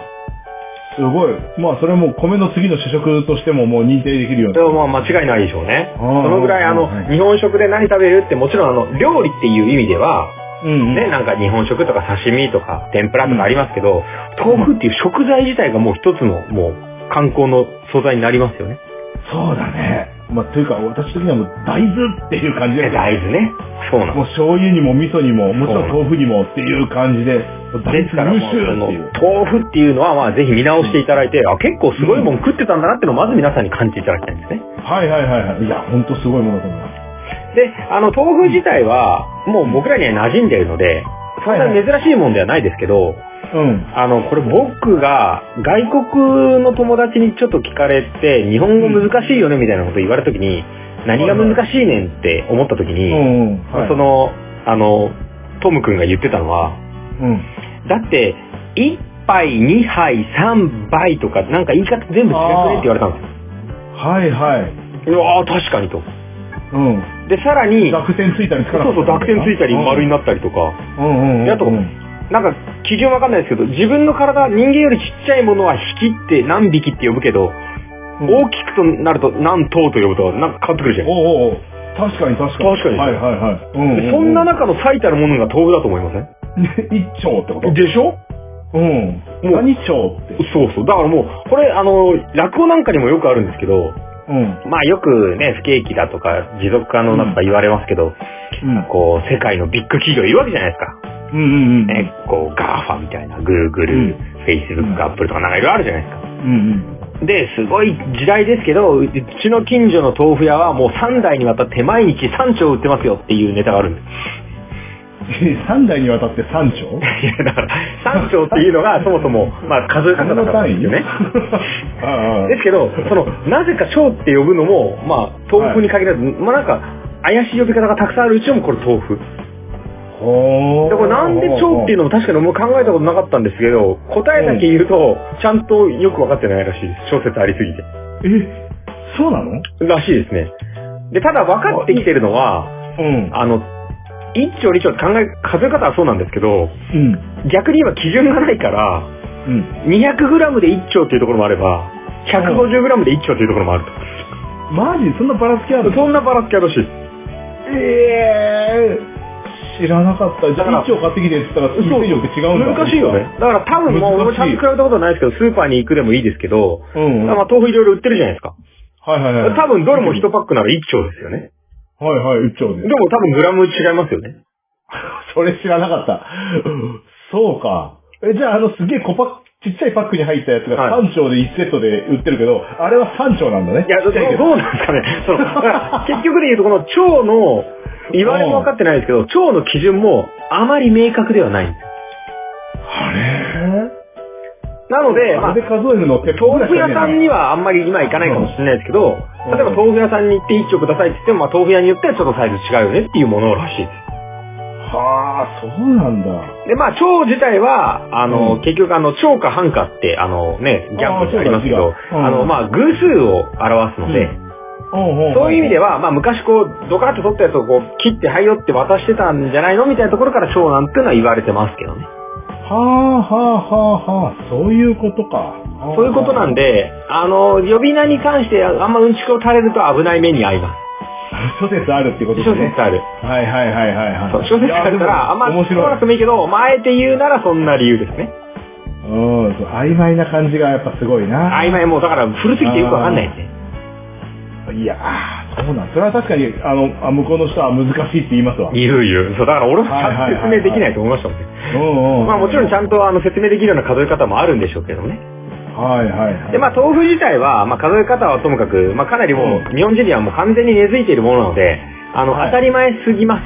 A: すごい。まあ、それはもう米の次の主食としてももう認定できるよう
B: それ
A: な。
B: はまあ間違いないでしょうね。
A: う
B: そ
A: ん
B: のぐらいあの
A: うん、
B: 日本食で何食べるってもちろんあの、料理っていう意味では、
A: うんうん
B: ね、なんか日本食とか刺身とか天ぷらとかありますけど、豆腐っていう食材自体がもう一つのもう観光の素材になりますよね。
A: そうだね。まあ、というか、私的にはもう大豆っていう感じで
B: ね
A: すね。
B: 大豆ね。そうな
A: もう
B: の。
A: 醤油にも味噌にも、もちろん豆腐にもっていう感じで、大
B: ですから
A: 豆
B: も
A: 優秀っ
B: うその
A: ていう。
B: 豆腐っていうのはまあぜひ見直していただいて、あ結構すごいもん食ってたんだなっていうのをまず皆さんに感じていただきたいんですね。
A: はいはいはいはい。いや、ほんとすごいものだと思います。
B: で、あの豆腐自体はもう僕らには馴染んでるので、そんな珍しいもんではないですけど、
A: うん。
B: あの、これ僕が外国の友達にちょっと聞かれて、日本語難しいよねみたいなこと言われた時に、何が難しいねんって思った時
A: う
B: に、
A: んうん。はい
B: そ、の、あの、トム君が言ってたのは、
A: うん。
B: だって、1杯、2杯、3杯とか、なんか言い方全部違くねって言われたんで
A: はいはい。
B: すよ。うわあ確かにと。
A: うん。
B: で、さらに、
A: 濁点ついたりつ
B: そ
A: かなか
B: う
A: った
B: そう、濁点ついたり丸になったりとか、
A: うんうんうん。
B: であと
A: うん
B: なんか、基準わかんないですけど、自分の体、人間よりちっちゃいものは引きって何匹って呼ぶけど、大きくとなると何頭と呼ぶとか、なんか変わってくるじゃん。
A: おうおうおう確かに確かに。
B: 確かに
A: はいはいはい。うう
B: でそんな、中の最たるものが豆腐だと思いません
A: 一丁ってこと
B: でしょ
A: うん。
B: もう
A: 何丁って。
B: そうそう。だからもう、これ、あの、落語なんかにもよくあるんですけど、
A: うん。
B: まあよくね、不景気だとか、持続可能だとか言われますけど、
A: うん。
B: こう、世界のビッグ企業いるわけじゃないですか。
A: うんうんうん。
B: ね、こう、ガーファみたいな、グーグル、フェイスブック、アップルとかなんかいろいろあるじゃないですか。
A: うん
B: で、すごい時代ですけど、うちの近所の豆腐屋はもう3代にわたって毎日3丁売ってますよっていうネタがあるんです。
A: うん。三代にわたって三丁
B: いや、だから、3丁っていうのがそもそも、まあ数え方だからですよね。
A: あ あああ
B: ですけど、その、なぜか蝶って呼ぶのも、まあ、豆腐に限らず、まあなんか、怪しい呼び方がたくさんあるうちもこれ豆腐。だ
A: ほー
B: からなんで蝶っていうのも確かにもう考えたことなかったんですけど、答えだけ言うと、ちゃんとよくわかってないらしいです。小説ありすぎて。
A: え、そうなの
B: らしいですね。で、ただ分かってきてるのは、
A: うん。
B: あの、一丁二丁って考え、数え方はそうなんですけど、
A: うん。
B: 逆に今基準がないから、
A: うん。
B: 200g で1丁っていうところもあれば、150g で1丁っていうところもある
A: マジそんなばらつきあ
B: と。
A: る
B: そんなバラつきあるしいです。
A: ええ知らなかった。じゃ
B: だから
A: あ、一丁買ってきてって言ったら、一丁って違うんだ。
B: 難しいよね。。だから多分もう、俺もちゃんと比べたことはないですけど、スーパーに行くでもいいですけど、
A: うん。
B: ま
A: は
B: あ豆腐いろいろ売ってるじゃないですか。
A: いはいはい。
B: 多分どれも1パックなら1丁ですよね。
A: はいはい、一丁で。
B: ですも多分グラム違いますよね。
A: それ知らなかった。そうか。え、じゃあ、あの、すげえ小パちっちゃいパックに入ったやつが
B: は
A: 3丁で1セットで売ってるけど、あれは3丁なんだね。
B: いや、
A: ち
B: そ
A: っちゃいけ
B: う
A: ど。
B: どうなんですかね。そ のだから結局で言うとこの腸の、言われも分かってないですけど、腸の基準もあまり明確ではないんです。
A: あれ
B: なので、ま
A: あ
B: あ
A: れ、で数えるのって
B: 豆腐屋さんに
A: は。
B: はあんまり今行かないかもしれないですけど、
A: うん
B: 例えば豆腐屋さんに行って1丁くださいって言っても、まあ、豆腐屋によってはちょっとサイズ違うよねっていうものらしいで
A: はあ、そうなんだ。
B: す。で、まあ、腸自体は、あの、
A: うん
B: 結局あの、腸か半かって、あのね、ギャンブルでありますけ
A: あーそ
B: ど
A: う、だ違ううん
B: あの、まあ、偶数を表すので、
A: お
B: そういう意味で
A: は。
B: は、まあ、昔こう、ドカッと取ったやつをこう、切って、はいよって渡してたんじゃないのみたいなところから腸なんていうのは言われてますけどね。
A: はあ、はあ、はあ、はあ、そういうことか。
B: そういうことなん
A: で。
B: で、あの、呼び名に関してあんまうんちくを垂れると危ない目に遭います。
A: 諸説あるってことで
B: 諸
A: すね
B: 説。ある。
A: はいはいはいはいはい。
B: そう小説あるから、あんま
A: 面
B: 使わ
A: 白
B: ないく。てもいいけど、まあ、あえて言うならそんな理由ですね。
A: うん、そう曖昧な感じがやっぱすごいな。
B: 曖昧もうだから古すぎてよくわかんないね。
A: いやー、そうなんそれは確かに、あの、あ向こうの人は難しいって言いますわ。
B: 言う言う。そう、だから俺もち
A: はい
B: ゃ
A: はい
B: ん
A: はい
B: と説明できないと思いましたもんね。
A: うんうん。
B: まあもちろんちゃんとあの説明できるような数え方もあるんでしょうけどね。
A: はいはいはい。
B: で、まあ豆腐自体は、まあ数え方はともかく、まあかなりもう日本人にはもう完全に根付いているものなので、あの
A: はい
B: 当たり前すぎま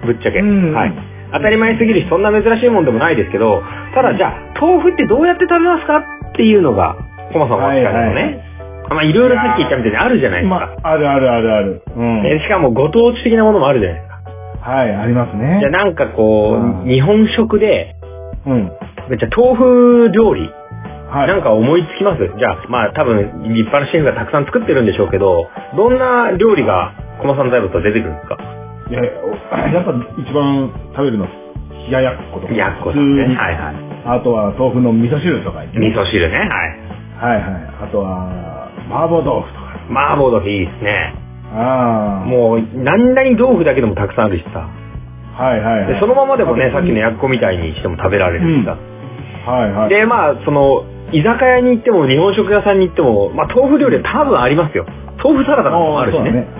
B: す。ぶっちゃけ。
A: うん
B: はい。当たり前すぎるし、そんな珍しいもんでもないですけど、ただじゃあ、豆腐ってどうやって食べますかっていうのが、コマさんはおっしゃるのね。まあいろいろさっき言ったみたいにあるじゃないです
A: ま
B: か。
A: あ、あるあるあるある。うん。
B: えしかもご当地的なものもあるじゃないですか。
A: はい、ありますね
B: じゃあ。なんかこ
A: うん
B: う、日本食で、
A: うん。
B: じゃあ豆腐料理、
A: はい。
B: なんか思いつきますじゃあ、まあ多分、立派なシェフがたくさん作ってるんでしょうけど、どんな料理が、コマさん財布と出てくるんですか
A: いや、やっぱ一番食べるの、冷ややっことか。
B: やっこ
A: 普
B: さ
A: 通
B: んね。
A: に。
B: はいはい。
A: あとは豆腐の味噌汁とか。はい
B: 味噌汁ね。は
A: は
B: い。
A: い。あとは、麻婆豆腐とか。
B: 麻婆豆腐いいですね。
A: ああ。
B: もう、何々豆腐だけでもたくさんあるしさ。
A: はいはいは
B: で
A: い。
B: そのままでもね、さっきの
A: や
B: やっこみたいにしても食べられるしさ。
A: はいはい。
B: で、まあ、その、居酒屋に行っても、日本食屋さんに行っても、まあ、豆腐料理は多分ありますよ。豆腐サラダとかもあるし
A: そうだ
B: ね。。
A: はい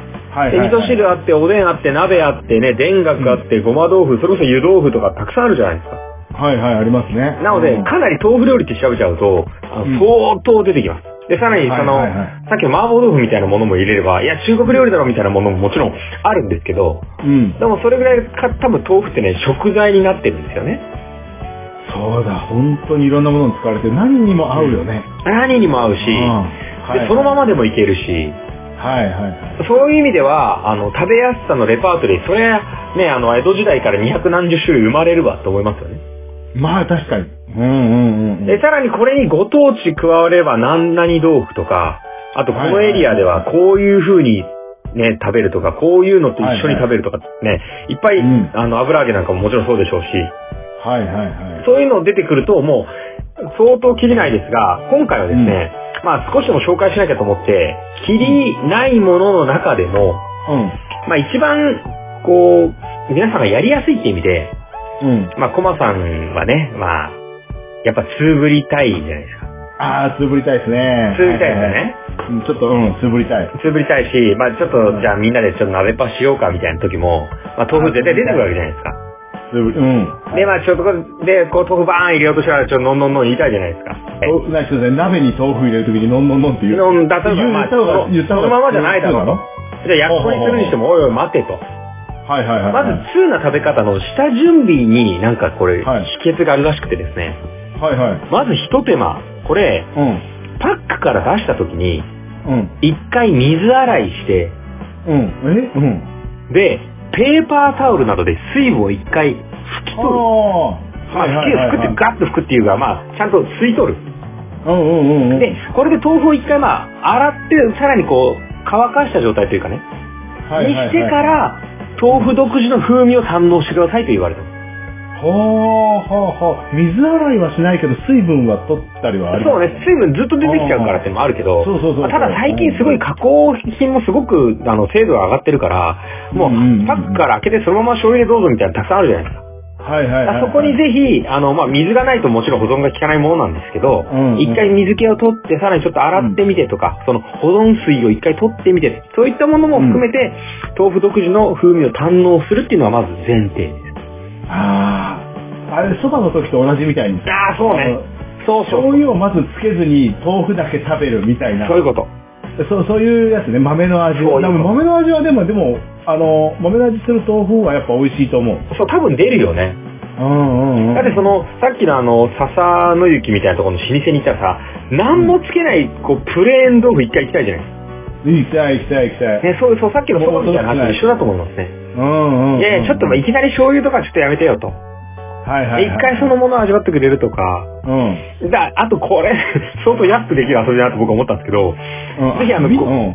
B: で、
A: はい
B: 味
A: はい。
B: 噌汁あって、おでんあって、鍋あってね、田楽あって、ごま豆腐、それこそ湯豆腐とかたくさんあるじゃないですか。
A: はいはい、ありますね。
B: なの
A: う
B: で、
A: ん
B: かなり豆腐料理って調べちゃうと、あの
A: うん
B: 相当出てきます。で、さらに、その
A: はいはいはい、
B: さっきの麻婆豆腐みたいなものも入れれば、いや、中国料理だろみたいなものももちろんあるんですけど、
A: うん。
B: でもそれぐらいか、多分豆腐ってね、食材になってるんですよね。
A: そうだ、本当にいろんなものに使われて、何にも合うよね。
B: 何にも合うし、で、そのまま
A: で。
B: でもいけるし、
A: はいはいはい。
B: そういう意味では、あの、食べやすさのレパートリー、それはね、あの、江戸時代から二百何十種類生まれるわと思いますよね。
A: まあ確かに。うんうんうん。
B: で、さらにこれにご当地加われば何々豆腐とか、あとこのエリアではこういう風にね、食べるとか、こういうのと一緒に食べるとかね、いっぱい、
A: うん
B: あの、油揚げなんかももちろんそうでしょうし、
A: はいはいはい。
B: そういうの出てくるともう、相当切りないですが、今回はですね、まあ少しでも紹介しなきゃと思って、キリないものの中でも、
A: うん。
B: まあ一番、こう、皆さんがやりやすいって意味で、
A: うん。
B: まあコマさんはね、まあ、やっぱつぶりたいじゃないですか。
A: あー、つぶりたいですね。
B: つぶりたいですよ
A: はは
B: ね。
A: は。うんちょっと、うん、つぶりたい。
B: つぶりたいし、まあちょっと、じゃあみんなでちょっと鍋パしようかみたいな時も、まあ豆腐絶対出てくるわけじゃないですか。
A: つぶり、うん。
B: で、まあ、ちょっとこで、こう、豆腐バーン入れようとしたら、ちょっと、のんのんのん言いたいじゃないですか。
A: おなんかちょっとね鍋に豆腐入れるときに、のんのんのんって言う。
B: のんだと、
A: 言う
B: ま
A: 言
B: あ、
A: った方が
B: その
A: 言った方が
B: そのままじゃないだろ
A: 普
B: う
A: 通なの
B: と。じゃあ、薬草にするにしても、おいおい、待てと。
A: はいはいはい
B: ま
A: はい。
B: ず、通な食べ方の下準備に、なんかこれ、
A: はい
B: 秘訣があるらしくてですね。
A: はいはい。
B: まず、一手間。これ、
A: うん。
B: パックから出した時に、
A: うん。
B: 一回水洗いして、
A: うん。えうん。
B: で、ペーパータオルなどで水分を一回拭き
A: あ
B: 取る。
A: あ。
B: ま
A: は
B: あ、
A: いはい
B: 拭
A: はい
B: くって、ガッと拭くっていうか、まあ、ちゃんと吸い取る。
A: うんうんうんうん。
B: で、これで豆腐を一回まあ、洗って、さらにこう、乾かした状態というかね、
A: はいはいはい、
B: にしてから、豆腐独自の風味を堪能してくださいと言われたの。
A: ほうほうほう。水洗いはしないけど、水分は取ったりはあり
B: そうね、水分ずっと出てきちゃうからってのもあるけど、
A: そうそうそう
B: まあただ最近すごい加工品もすごく、あの、精度が上がってるから、も
A: うんうんう
B: う、
A: ん
B: パックから開けてそのまま醤油でどうぞみたいなのたくさんあるじゃないですか。
A: はいはいはい、
B: あそこにぜひ、あの、まあ、水がないともちろん保存が効かないものなんですけど
A: うんう、ん
B: 一、回水気を取って、さらにちょっと洗ってみてとか、その保存水を一回取ってみて、そういったものも含めて、豆腐独自の風味を堪能するっていうのはまず前提です。
A: ああ。あれ、蕎麦の時と同じみたいに。
B: ああ、そうね。そうそう
A: 醤。油をまずつけずに豆腐だけ食べるみたいな。
B: そういうこと。
A: そう、そういうやつね、豆の味。
B: そういうこと
A: でも豆の味はでも、でも、あの、豆の味する豆腐はやっぱ美味しいと思う。
B: そう、多分出るよね。
A: うんうんうん。
B: だってその、さっきのあの、笹の雪みたいなところの老舗に行ったらさ、何もつけない、こう、プレーン豆腐一回行きたいじゃないです
A: 行きたい行きたい行きたい。
B: か。ね、そう、そう、さっきのそばみたいな話と一緒だと思いますね。
A: うんうんうん。
B: いやいや、ちょっとまあいきなり醤油とかちょっとやめてよと。
A: はいはい、はい。
B: 一回そのものを味わってくれるとか、
A: うん。
B: だあとこれ、 相当安くできる遊びだなと僕は思ったんですけど、
A: うん。
B: ぜひあの
A: み
B: こう
A: うん。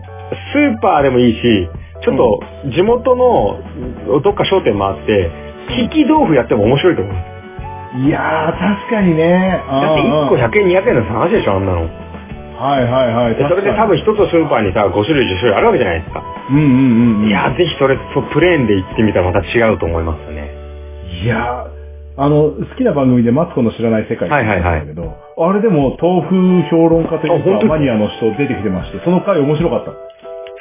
B: スーパーでもいいし、ちょっと地元のどっか商店回って、利き豆腐やっても面白いと思う。だ
A: いやー、確かにね。
B: って1個
A: うんうん
B: 100円200円の話でしょ、あんなの。
A: はいはいはい。
B: でそれで
A: 確
B: 多
A: か
B: 分一つのスーパーにさ、5種類10種類あるわけじゃないですか。
A: に、うんうんうんうん。
B: いやー、ぜひそれ、そうプレーンで行ってみたらまた違うと思いますよね。
A: いやーあの、好きな番組でマツコの知らない世界
B: はいはいはい
A: ってやつなんだけど、あれでも豆腐評論家とい
B: あ本
A: うか、
B: 当に
A: マニアの人出てきてまして、その回面白かった。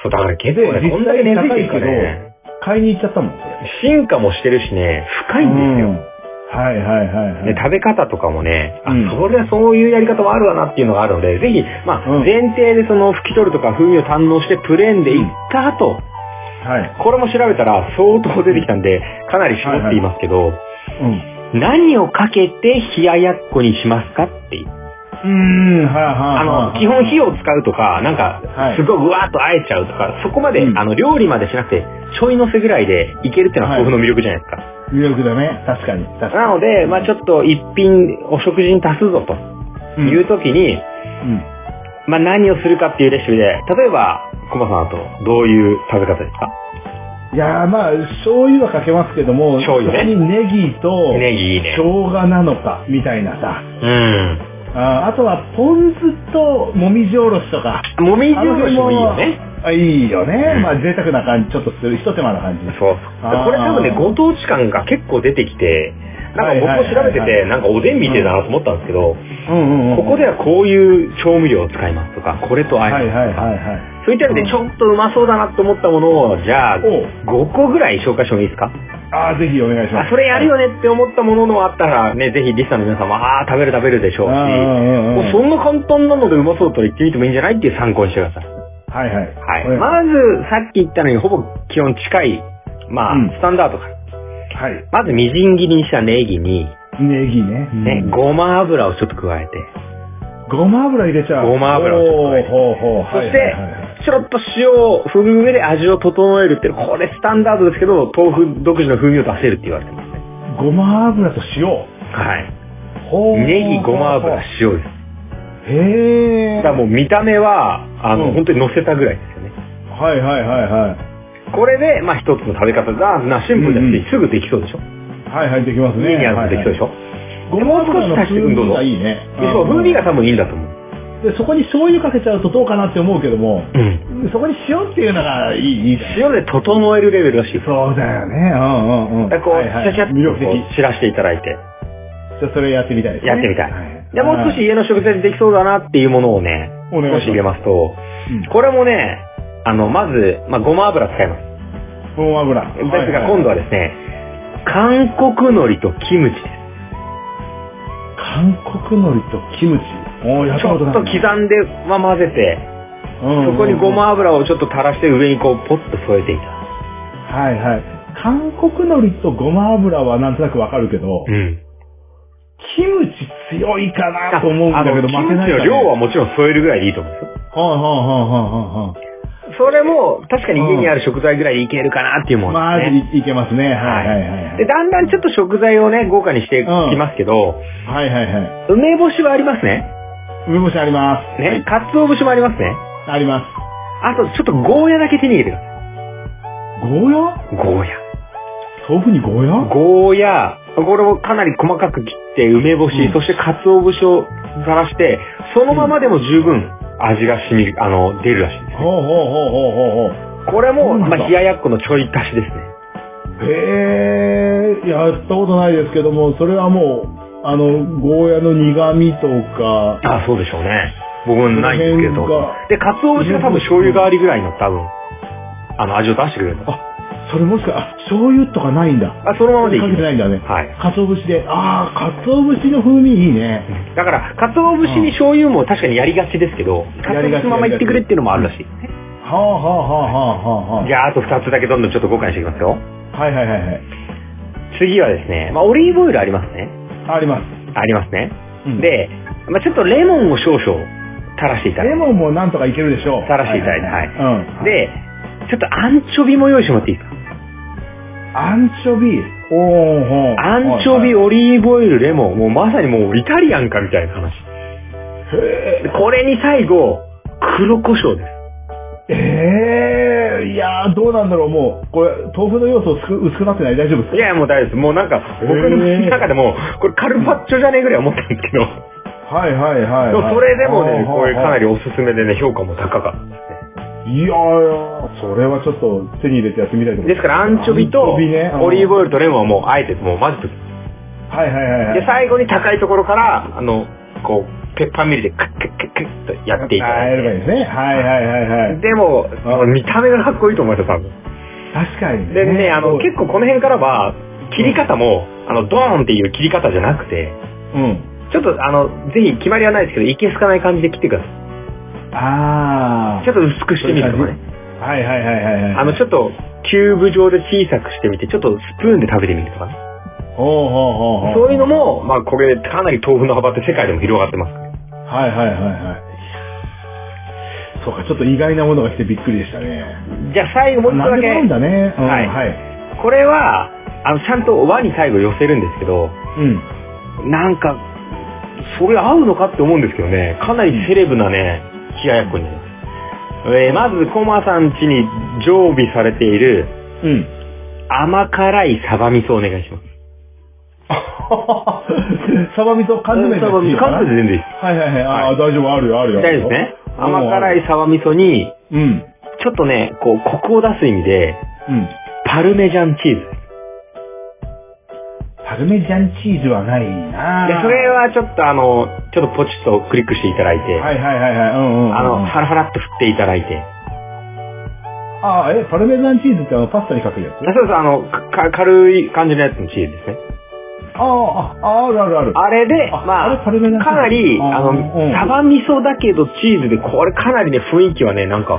B: そう、だから結構ね、
A: で
B: こんだけ根付いてるから
A: 実際
B: ね、
A: 買いに行っちゃったもん、それ。
B: 進化もしてるしね、深いんですよ。
A: うんはいはいはいはい。
B: で食べ方とかもね、あ、
A: うん
B: それはそういうやり方もあるわなっていうのがあるので、ぜひ、まあ、
A: うん
B: 前提でその拭き取るとか風味を堪能してプレーンで行った後、
A: はい。
B: これも調べたら相当出てきたんで、かなり絞っていますけど、
A: うん。
B: 何をかけて冷ややっこにしますかっていう。
A: うーん、はいはい。
B: あの、基本火を使うとか、なんか
A: は、い
B: すごいぐわーっとあえちゃうとか、そこまで、
A: うん
B: あの、料理までしなくて、ちょいのせぐらいでいけるっていうのは
A: はい
B: 豆腐の魅力じゃないですか。
A: 魅力だね。確かに。確か
B: なので、まあちょっと一品お食事に足すぞと
A: に。
B: いう時に、
A: うん。うん
B: まあ、何をするかっていうレシピで、例えば、コマさんだと、どういう食べ方ですか
A: いやーまあ、醤油はかけますけども、
B: 醤油ね
A: そこにネギと、
B: ネギいいね。
A: 生姜なのか、みたいなさ。
B: うん。
A: あーあとは、ポン酢と、もみじおろしとか。
B: もみじおろしもいいよね。
A: あいいよね。
B: うん
A: まあ、贅沢な感じ、ちょっとする、一手間な感じ。
B: そう。
A: あー
B: これ多分ね、ご当地感が結構出てきて、なんか
A: はいはい
B: 僕も調べて
A: はい
B: て、なんかおでんみてえだなと思ったんですけ
A: うん
B: ど、
A: うんうん。
B: ここではこういう調味料を使いますとか、これと
A: は
B: あ
A: い
B: え
A: はい
B: ます
A: はい
B: とか、
A: はい。
B: そういった意味でちょっとうまそうだなと思ったものを、じゃあ、
A: おう
B: 5個ぐらい紹介してもいいですか
A: ああ、ぜひお願いしま
B: あ
A: す。
B: それやるよねって思ったもののあったら、ね、ぜひリスナーの皆さんも、ああ、食べる食べるでしょう
A: う
B: し、
A: んうんうんうん
B: もうそんな簡単なのでうまそうだったら行ってみてもいいんじゃないっていう参考にしてください。
A: はいはい。
B: はい。
A: これ
B: まず、さっき言ったのにほぼ基本近い、まあ、
A: うん
B: スタンダードから。
A: はい。
B: まずみじん切りにしたネギに、
A: ネギね。うん
B: ね、ごま油をちょっと加えて、
A: ごま油入れちゃう。
B: ごま油をちょっと
A: ほ
B: ね
A: うほうほう。
B: そして
A: はいはいはい、
B: ちょろっと塩を振る上で味を整えるって、これスタンダードですけど、豆腐独自の風味を出せるって言われてますね。
A: ごま油と塩。
B: はい。
A: ほう
B: ネギ、ごま油、塩です。
A: へえ。
B: だからもう見た目は、あの、
A: うん
B: 本当に乗せたぐらいですよね。
A: はいはいはいはい。
B: これで、まあ一つの食べ方が、な、シンプルだ
A: うんうん
B: し、すぐできそうでしょ
A: はいはい、できますね。
B: 家にあるのできそうでしょ
A: はいはいごま油の風味がいいね。
B: でそう、風味が多分いいんだと思う。
A: で、そこに醤油かけちゃうとどうかなって思うけども、
B: うん。
A: そこに塩っていうのがいい、いいじゃん。
B: 塩で整えるレベルらしい。
A: そうだよね。うんうんうん。
B: でこう、
A: はいはい
B: シャシャッと
A: 魅力的。
B: こう散らしていただいて、
A: じゃあそれやってみたいですね。
B: やってみたい。で、
A: は
B: もう少し、家の食材にできそうだなっていうものをね、
A: お願いしま
B: 少
A: す
B: し入れますと、
A: うん
B: これもね、あの、まず、まあ、ごま油使います。
A: ごま油。
B: ですが、今度はですね、韓国海苔とキムチです。
A: 韓国海苔とキムチ。おー、やっ
B: ち
A: たこ
B: ょっ
A: とない。
B: と刻んで、まあ、混ぜて、
A: うんうんう
B: そ
A: ん
B: こにご。ま油をちょっと垂らして上にこう、ポッと添えていた。
A: はいはい。韓国海苔とごま油はなんとなくわかるけど、
B: うん。
A: キムチ強いかなと思うんだけど、
B: あの
A: 負けない
B: キム
A: か、ね。
B: チの量はもちろん添えるぐらいでいいと思うんですよ。
A: はいはいはいはいはいはい。
B: それも、確かに家にある食材ぐらいでいけるかなっていうもん
A: まあ、
B: ですね。
A: いいけますね。はいはいはいはい。
B: で、だんだんちょっと食材をね、豪華にしていきますけど、
A: はいはいはい。
B: 梅干しはありますね。
A: 梅干しあります。
B: ね、鰹節もありますね。
A: あります。
B: あと、ちょっとゴーヤだけ手に入れてくだ
A: ゴーヤ
B: さい。ゴーヤ。
A: 豆腐にゴーヤ
B: ゴーヤ、これをかなり細かく切って、梅干し、
A: うん
B: そして鰹節をさらして、そのままでも十分味が染みる、あの、出るらしいんです。
A: ほうほうほうほうほうほう。
B: これ
A: そ
B: も、
A: うなんだ
B: まあ、冷ややっこのちょい足しですね。
A: へえ、やったことないですけども、それはもう、あの、ゴーヤの苦味とか、
B: あそうでしょうね。僕もないんですけ
A: その
B: ど
A: 辺が。
B: で、鰹節が多分醤油代わりぐらいの多分、あの、味を出してくれると。
A: あ、それもしか、あ、醤油とかないんだ。
B: あ、そのまま
A: か
B: でいい
A: けてないんだね。
B: はい。
A: 鰹節で。ああ、鰹節の風味いいね。
B: だから、鰹節に醤油も確かにやりがちですけど、
A: やり
B: 鰹
A: がち
B: 節のままいってくれっていうのもあるらしい。
A: はあはあはあはあはあ
B: じ
A: は
B: ゃあ、あと2つだけどんどんちょっと誤解していきますよ。
A: あ。はいはいはいはい。
B: 次はですね、まあ、オリーブオイルありますね。
A: あります。
B: ありますね。
A: うん、
B: で、まあ、ちょっとレモンを少々垂らしていただい
A: レモンもなんとかいけるでしょう。
B: 垂らしていただいて
A: うん。
B: て。、で、ちょっとアンチョビも用意してもらっていいですか
A: アンチョビ。おーほー
B: アンチョビ、
A: はい
B: オリーブオイル、レモン、もうまさにもうイタリアンかみたいな話。
A: へ
B: でこれに最後、黒胡椒です。
A: ええー、いやー、どうなんだろう、もう、これ、豆腐の要素薄く薄くなってない大丈夫ですか
B: いやいやもう大丈夫です。もうなんか、僕
A: へ
B: の
A: ー
B: 中でも、これカルパッチョじゃねえぐらい思ったんですけど、
A: はいはいはい、
B: でも
A: はい。
B: それでもね、
A: はあ
B: これかな。
A: は
B: りおすすめでね、評価も高かったですね。
A: あいやー、それはちょっと手に入れてやってみたいと思い
B: ですから、アンチョビと、
A: アンチョビねうん
B: オリーブオイルとレモンはもう、あえてもう混ぜておく。
A: ます。はいはいはいはい。
B: で、最後に高いところから、あの、こう、ペッパーミルでクックックックッとやっていた
A: あー
B: だ
A: や
B: い
A: ればいいですね。はいはいはいは
B: て。
A: い。
B: でも、あの見た目がかっこいいと思いますよ、多分。
A: 確かにね。
B: でね、あの、
A: そう
B: 結構この辺からは、切り方も、あの、ドーンっていう切り方じゃなくて、
A: うん。
B: ちょっとあの、ぜひ決まりはないですけど、いけすかない感じで切ってください。
A: あー。
B: ちょっと薄くしてみるとか
A: そういう
B: ね。
A: はいはいはいはいはい。
B: あの、ちょっと、キューブ状で小さくしてみて、ちょっとスプーンで食べてみるとかね。
A: ほうほうほうほう。
B: そういうのも、まあ、これ、かなり豆腐の幅って世界でも広がってますから。
A: はいはいはいはい。そうか、ちょっと意外なものが来てびっくりでしたね。
B: じゃあ最後もう一個
A: な
B: だ
A: んで
B: け
A: も合うん。だね。うん、
B: はい
A: はい。
B: これは、あの、ちゃんと和に最後寄せるんですけど、
A: うん。
B: なんか、それ合うのかって思うんですけどね、かなりセレブなね、冷ややっこになります。えー、まず、コマさん家に常備されている
A: うん。
B: 甘辛いサバ味噌をお願いします。
A: サバ味噌缶詰
B: サバ味噌缶詰で全然いいです。
A: はいはいはい。ああ、大丈夫、あるよ、あるよ。
B: 大丈夫ですね。
A: うん
B: 甘辛いサバ味噌に、
A: うん。
B: ちょっとね、こう、コクを出す意味で、
A: うん。
B: パルメジャンチーズ。
A: パルメジャンチーズはないな
B: で、それ。はちょっとあの、ちょっとポチッとクリックしていただいて、
A: はいはいはいはい。うんうんうん。
B: あの、ハラハラっと振っていただいて、
A: ああ、え、パルメジャンチーズってあの、パスタにかけるやつ
B: そうそう、あの、か軽い感じのやつのチーズですね。
A: ああ、ああるあるある。
B: あれで、
A: あ
B: ま
A: あれ
B: あ、
A: パルメナ
B: かなり、
A: あー
B: あ
A: うん
B: の、サバ味噌だけどチーズで、これかなりね、雰囲気はね、なんか、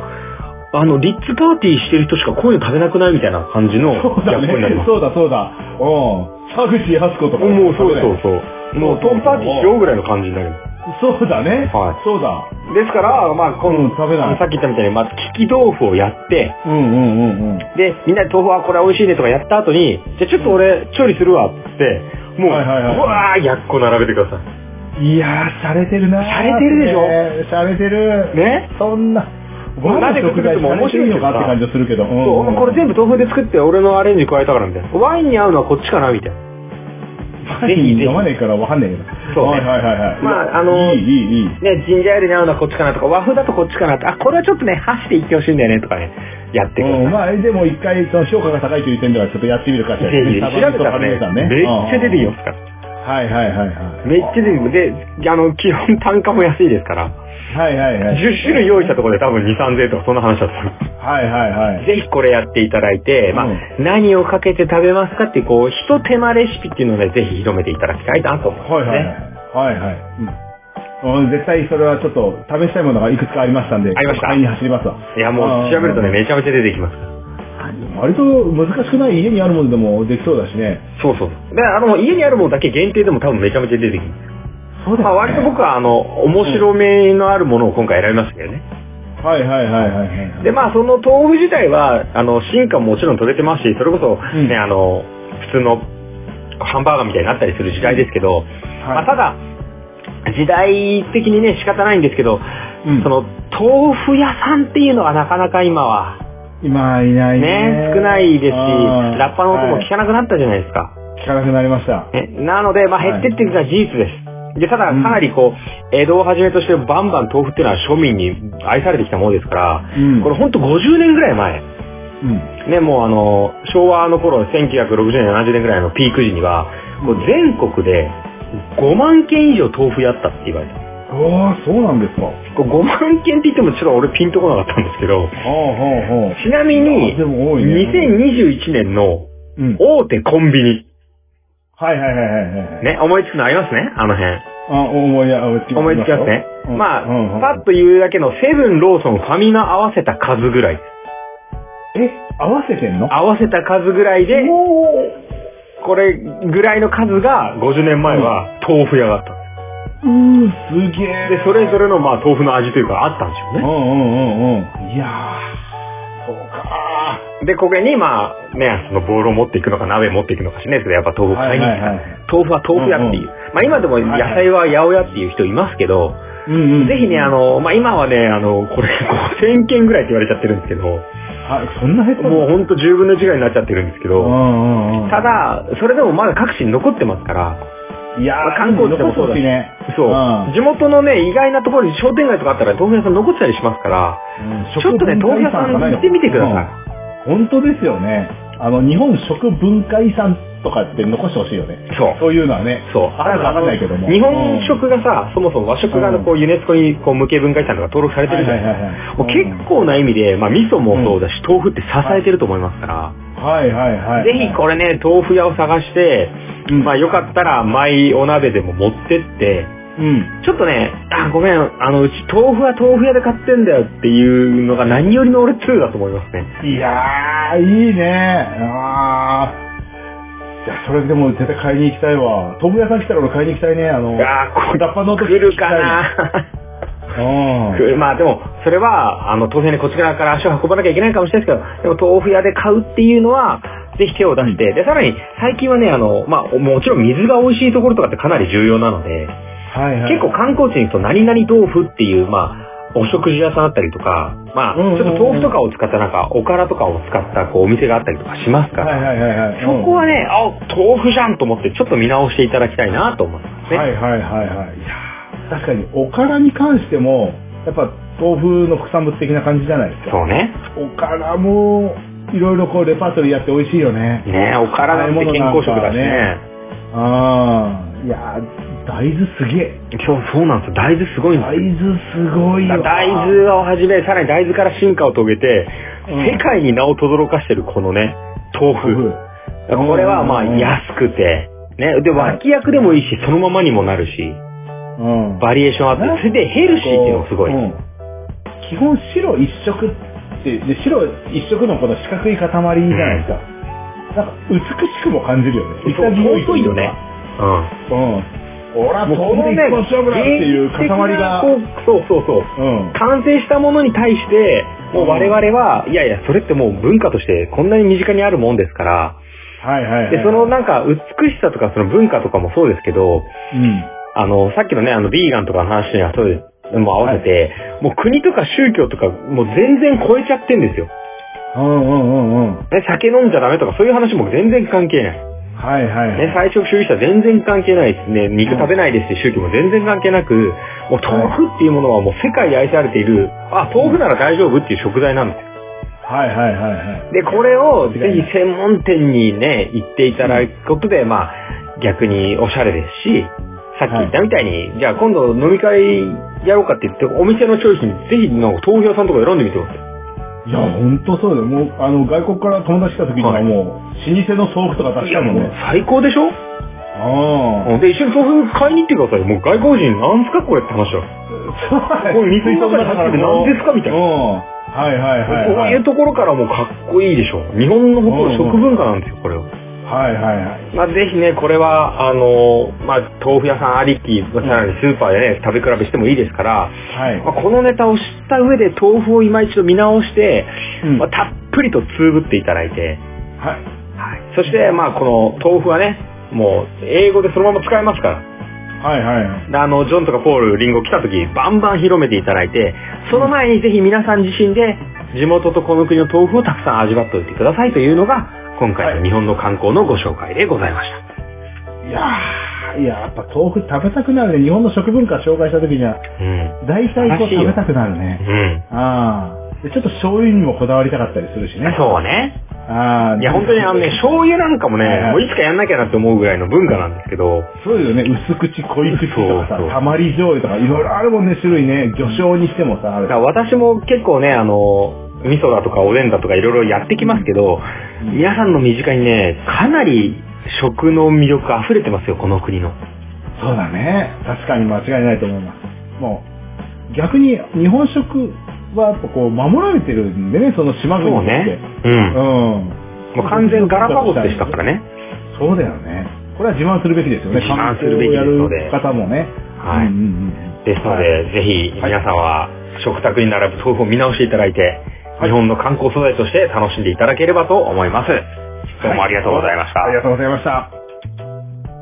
B: あの、リッツパーティーしてる人しかこういうの食べなくないみたいな感じの
A: そう
B: ギャ
A: だ
B: ップにな
A: ね
B: りま。す。
A: そうだそうだ。うん。沢口靖子とか。
B: もうそうそうそう。もうトンパーティーしようぐらいの感じになる。
A: そうだね。
B: はい
A: そうだ。
B: ですから、まあ、今
A: うん食べない
B: さっき言ったみたいに、まあ、利き豆腐をやって、
A: うんうんうんうん。
B: で、みんなで豆腐はこれ美味しいねとかやった後に、じゃあちょっと俺、調理するわっつって、もう、
A: はいはいはいう
B: わー、やっこ並べてください。
A: いやー、洒落てるなー
B: 洒落てるでしょ
A: ね洒落てる。
B: ね
A: そんな、
B: もう
A: 和の
B: 鍋作
A: 食
B: る
A: 材
B: のも
A: も
B: 面
A: 面白
B: 白い
A: い
B: けど
A: の
B: さ
A: かって感じがするけど。
B: そうお前これ全部豆腐で作って俺のアレンジ加えたからみたいな。ワインに合うのはこっちかなみたいな。
A: サイン読まねえからわかんねえけど。
B: そうね
A: はいはいはいはい。
B: まああの
A: いいいいいい。
B: ね、ジンジャーエールに合うのはこっちかなとか、和風だとこっちかなって、あ、これはちょっとね、箸でいってほしいんだよねとかね、やってください。
A: うん、まあ、でも一回、その評価が高いという点ではちょっとやってみるかしら。
B: ぜひ調べたらね、めっちゃ出てきます
A: す。
B: から。
A: はいはいはいはい。
B: めっちゃ出てきます。で、あの、基本単価も安いですから、
A: はいはいはい。
B: 10種類用意したところで多分2、3000円とかそんな話だったんで
A: はいはいはい
B: す。。ぜひこれやっていただいて、まあ、
A: うん
B: 何をかけて食べますかっていう、こう、ひと手間レシピっていうのをね、ぜひ広めていただきたいなと思います、ね。
A: はいはい。はいはい。うん。絶対それはちょっと試したいものがいくつかありましたんで。
B: ありました
A: 買いに走りますわ。
B: いや、もう調べるとね、めちゃめちゃ出てきます。
A: 割と難しくない家にあるものでもできそうだしね。
B: そうそう。で、あの、家にあるものだけ限定でも多分めちゃめちゃ出てきます。
A: そう
B: まあ、割と僕は、あの、面白めのあるものを今回選びましたけどね。
A: はいはいはいはいはい。
B: で、まあ、その豆腐自体は、あの、進化ももちろん取れてますし、それこそ、
A: うん
B: ね、あの、普通のハンバーガーみたいになったりする時代ですけど、まあ、ただ、時代的にね、仕方ないんですけど、
A: うん
B: その、豆腐屋さんっていうのはなかなか今は、
A: 今いないね。
B: ね、少ない
A: う
B: ですし、
A: ん
B: ラッパの音も
A: はい
B: 聞かなくなったじゃないですか。
A: 聞かなくなりました。
B: ね、なので、まあ、減ってっていうのは事実です。で、ただ、かなりこう、江戸をはじめとしてバンバン豆腐っていうのは庶民に愛されてきたものですから、
A: うん
B: これほんと50年ぐらい前、
A: うん。
B: ね、もうあの、昭和の頃、1960年、70年ぐらいのピーク時には、もう全国で5万件以上豆腐やったって言われた。
A: ああ、そうなんですか。
B: これ5万件って言ってもちょっと俺ピンとこなかったんですけ
A: ああ、
B: ど、
A: ほうほう。
B: ちなみに、
A: あでも多いね
B: 2021年の
A: うん。
B: 大手コンビニ、
A: はいはいはいはいはい。
B: ね、思いつくのありますね、あの辺。
A: あ、思い出、思いつき
B: 思いつきますね。まあ、パ
A: ッ
B: ッと言うだけの、セブン、ローソン、ファミマ合わせた数ぐらい。
A: え、合わせてんの
B: 合わせた数ぐらいで、
A: も
B: これぐらいの数が50年前は豆腐屋だったんで
A: う、うん、すげえ。
B: す。で、それぞれのまあ豆腐の味というかあったんでし
A: うん
B: ょう
A: うんうんうん。いやー、そうか
B: ね。で、これにまあね、そのボールを持っていくのか鍋持っていくのかしないですけど、やっぱ豆
A: ー。
B: 腐買いに行くから、
A: い。
B: 豆腐は豆腐屋っていう。
A: う
B: まあ今でも野菜は八百屋っていう人いますけど、
A: うんうん。
B: ぜひね、あ、の、まあ今はね、あの、これ5000件ぐらいって言われちゃってるんですけど、も
A: あ、そんな減った
B: うほんと10分の1ぐらいになっちゃってるんですけ
A: う
B: ど、
A: んうんうん。
B: た、だ、それでもまだ各地に残ってますから、
A: いや
B: まあ
A: ー、
B: 観光地でもそう
A: 残ってほ
B: だし
A: しいね。
B: そう
A: うん。
B: 地元のね、意外なところに商店街とかあったら豆腐屋さん残ってたりしますから、ちょっとね、豆腐屋さん行ってみてくださ
A: い。うん本当ですよね。あの、日本食文化遺産とかって残してほしいよね。
B: い。そう。
A: そういうのはね。
B: そう。
A: あるかわかんないけども。
B: 日本食がさ、そもそも和食が
A: うん
B: こうユネスコにこう無形文化遺産とか登録
A: さ
B: されてるじゃないです
A: はいはいはいは
B: か。
A: い。
B: もう結構な意味で、まあ味噌もそうだし、豆腐って支えてると思いますか
A: うん。はいはいは
B: ら、
A: い。
B: ぜひこれね、豆腐屋を探して、
A: うん
B: まあよかったら、マイお鍋でも持ってって、
A: うん。
B: ちょっとね、あ、ごめん、あの、うち豆腐は豆腐屋で買ってんだよっていうのが何よりの俺2だと思いますね。
A: いやー、いいねあー。いや、それでも絶対買いに行きたいわ。豆腐屋さん来たら俺買いに行きたいね。あの、
B: あー、こ
A: ラッパの音
B: 来るかな
A: うん。
B: 来るまあでも、それは、あの、当然ね、こっち側から足を運ばなきゃいけないかもしれないですけど、でも豆腐屋で買うっていうのは、ぜひ手を出して、で、さらに、最近はね、あの、まあ、もちろん水が美味しいところとかってかなり重要なので、
A: はいはい。
B: 結構観光地に行くと、何々豆腐っていう、まあ、お食事屋さんだったりとか、まあ、ち
A: うんうんうん
B: ょっと豆腐とかを使ったなんか、おからとかを使った、こう、お店があったりとかしますから、
A: はいはいはいはい。
B: そこはね、あ、豆腐じゃんと思って、ちょっと見直していただきたいなと思いますね。
A: はいはいはいはい。いやー確かにおからに関しても、やっぱ豆腐の副産物的な感じじゃないですか。
B: そうね。
A: おからも、いろいろこうレパートリーやって美味しいよね。
B: ねお体なんて健康食
A: 買
B: だし
A: い物な
B: ね。
A: ああ、いやー大豆すげえ。
B: 今日そうなんですよ。大豆すごいんです
A: 大
B: よ。
A: 豆すごいよ。
B: 大豆をはじめ、さらに大豆から進化を遂げて、
A: うん
B: 世界に名を轟かしてるこのね、豆
A: 豆腐
B: 腐。。これはまあ
A: うん
B: 安くて、ね、で、
A: はい
B: 脇役でもいいし、そのままにもなるし、
A: うん。
B: バリエーションあって、それでヘルシーっていうのがすごい。
A: うん基本白一色って、で白一色のこの四角い塊じゃないですか。なんか美しくも感じるよね。
B: そう尊いよね。うん。
A: うん。俺は
B: もうこ
A: 飛ん
B: の
A: で一
B: ね、
A: 本勝負だっていう塊が。
B: 原始的なこうそうそうそう。
A: うん。
B: 完成したものに対して、もう我々は、いやいや、それってもう文化としてこんなに身近にあるもんですから、
A: はいはいはい。
B: で、そのなんか美しさとかその文化とかもそうですけど、
A: うん。
B: あの、さっきのね、あの、ビーガンとかの話にはそうです。も合わせて、もう国とか宗教とか、もう全然超えちゃってんですよ。
A: うんうんうんうん。
B: ね、酒飲んじゃダメとかそういう話も全然関係ない。
A: はいはいはい。
B: ね、菜食主義者全然関係ないですね。肉食べないですって宗教も全然関係なく、もう豆腐っていうものはもう世界で愛されている、あ、豆腐なら大丈夫っていう食材なんですよ。
A: はいはいはいはい。
B: で、これをぜひ専門店にね、行っていただくことで、まあ、逆におしゃれですし、さっき言ったみたいに、じゃあ今度飲み会やろうかって言って、お店のチョイスにぜひの豆腐屋さんとか選んでみてください。
A: いや、ほんとそうだよ。もう、あの、外国から友達来た時にはもう、老舗の豆腐とか出し
B: い
A: た
B: や、
A: もん
B: もう
A: ね。
B: 最高でしょ
A: ああ。
B: で、一緒に豆腐買いに行ってくださいよ。もう外国人なんすかこれって話だ。
A: こ
B: これ水槽の中に入ってて何ですかみたいな
A: うん。はいはいはい。
B: こういうところからもうかっこいいでしょ。日本の誇る食文化なんですよ、これは。
A: はいはいはい。
B: まあ、ぜひね、これは、あのーまあ、豆腐屋さんありき、さらにスーパーでね、食べ比べしてもいいですから、
A: はい。
B: まあ、このネタを知った上で豆腐を今一度見直して、
A: うん
B: まあ、たっぷりとつぶっていただいて、
A: はい。
B: はい、そして、まあ、この豆腐はね、もう、英語でそのまま使えますから。
A: はいはい。
B: であの、ジョンとかポール、リンゴ来た時、バンバン広めていただいて、その前にぜひ皆さん自身で、地元とこの国の豆腐をたくさん味わっておいてくださいというのが、今回
A: は
B: の
A: い
B: 日本の観光のご紹介でございました。
A: いやー、いや、やっぱ豆腐食べたくなるね。日本の食文化紹介した時には、
B: うん。
A: 大体こう食べたくなるね。
B: うん。
A: ああ。で、ちょっと醤油にもこだわりたかったりするしね。
B: そうね。
A: ああ。
B: いや、本当にあのね、醤油なんかも
A: はいは
B: ね、
A: い
B: もういつかやんなきゃなって思うぐらいの文化なんですけど、
A: そうよね、薄口、濃い口とかさ
B: そうそう、
A: たまり醤油とか、いろいろあるもんね、種類ね。魚醤にしてもさ、あ
B: だ
A: る
B: か。ら私も結構ね、あの、味噌だとかおでんだとかいろいろやってきますけど、
A: うん
B: 皆さんの身近にね、かなり食の魅力溢れてますよ、この国の。
A: そうだね。確かに間違いないと思います。もう、逆に日本食はやっぱこう、守られてるんでね、その島国
B: そう
A: って。
B: ね。うん。
A: うん。
B: もう完全ガラパゴスでしたから。ね。
A: そうだよね。これは自慢するべきですよね。
B: 自慢するべきです
A: 観光
B: の
A: をや
B: で
A: る方もね。
B: はい
A: うんうんうん
B: ですので、
A: はい
B: ぜひ皆さんは食卓に並ぶ豆腐を見直していただいて、日本の観光素材として楽しんでいただければと思います。どうもありがとうございました。
A: ありがとうございました。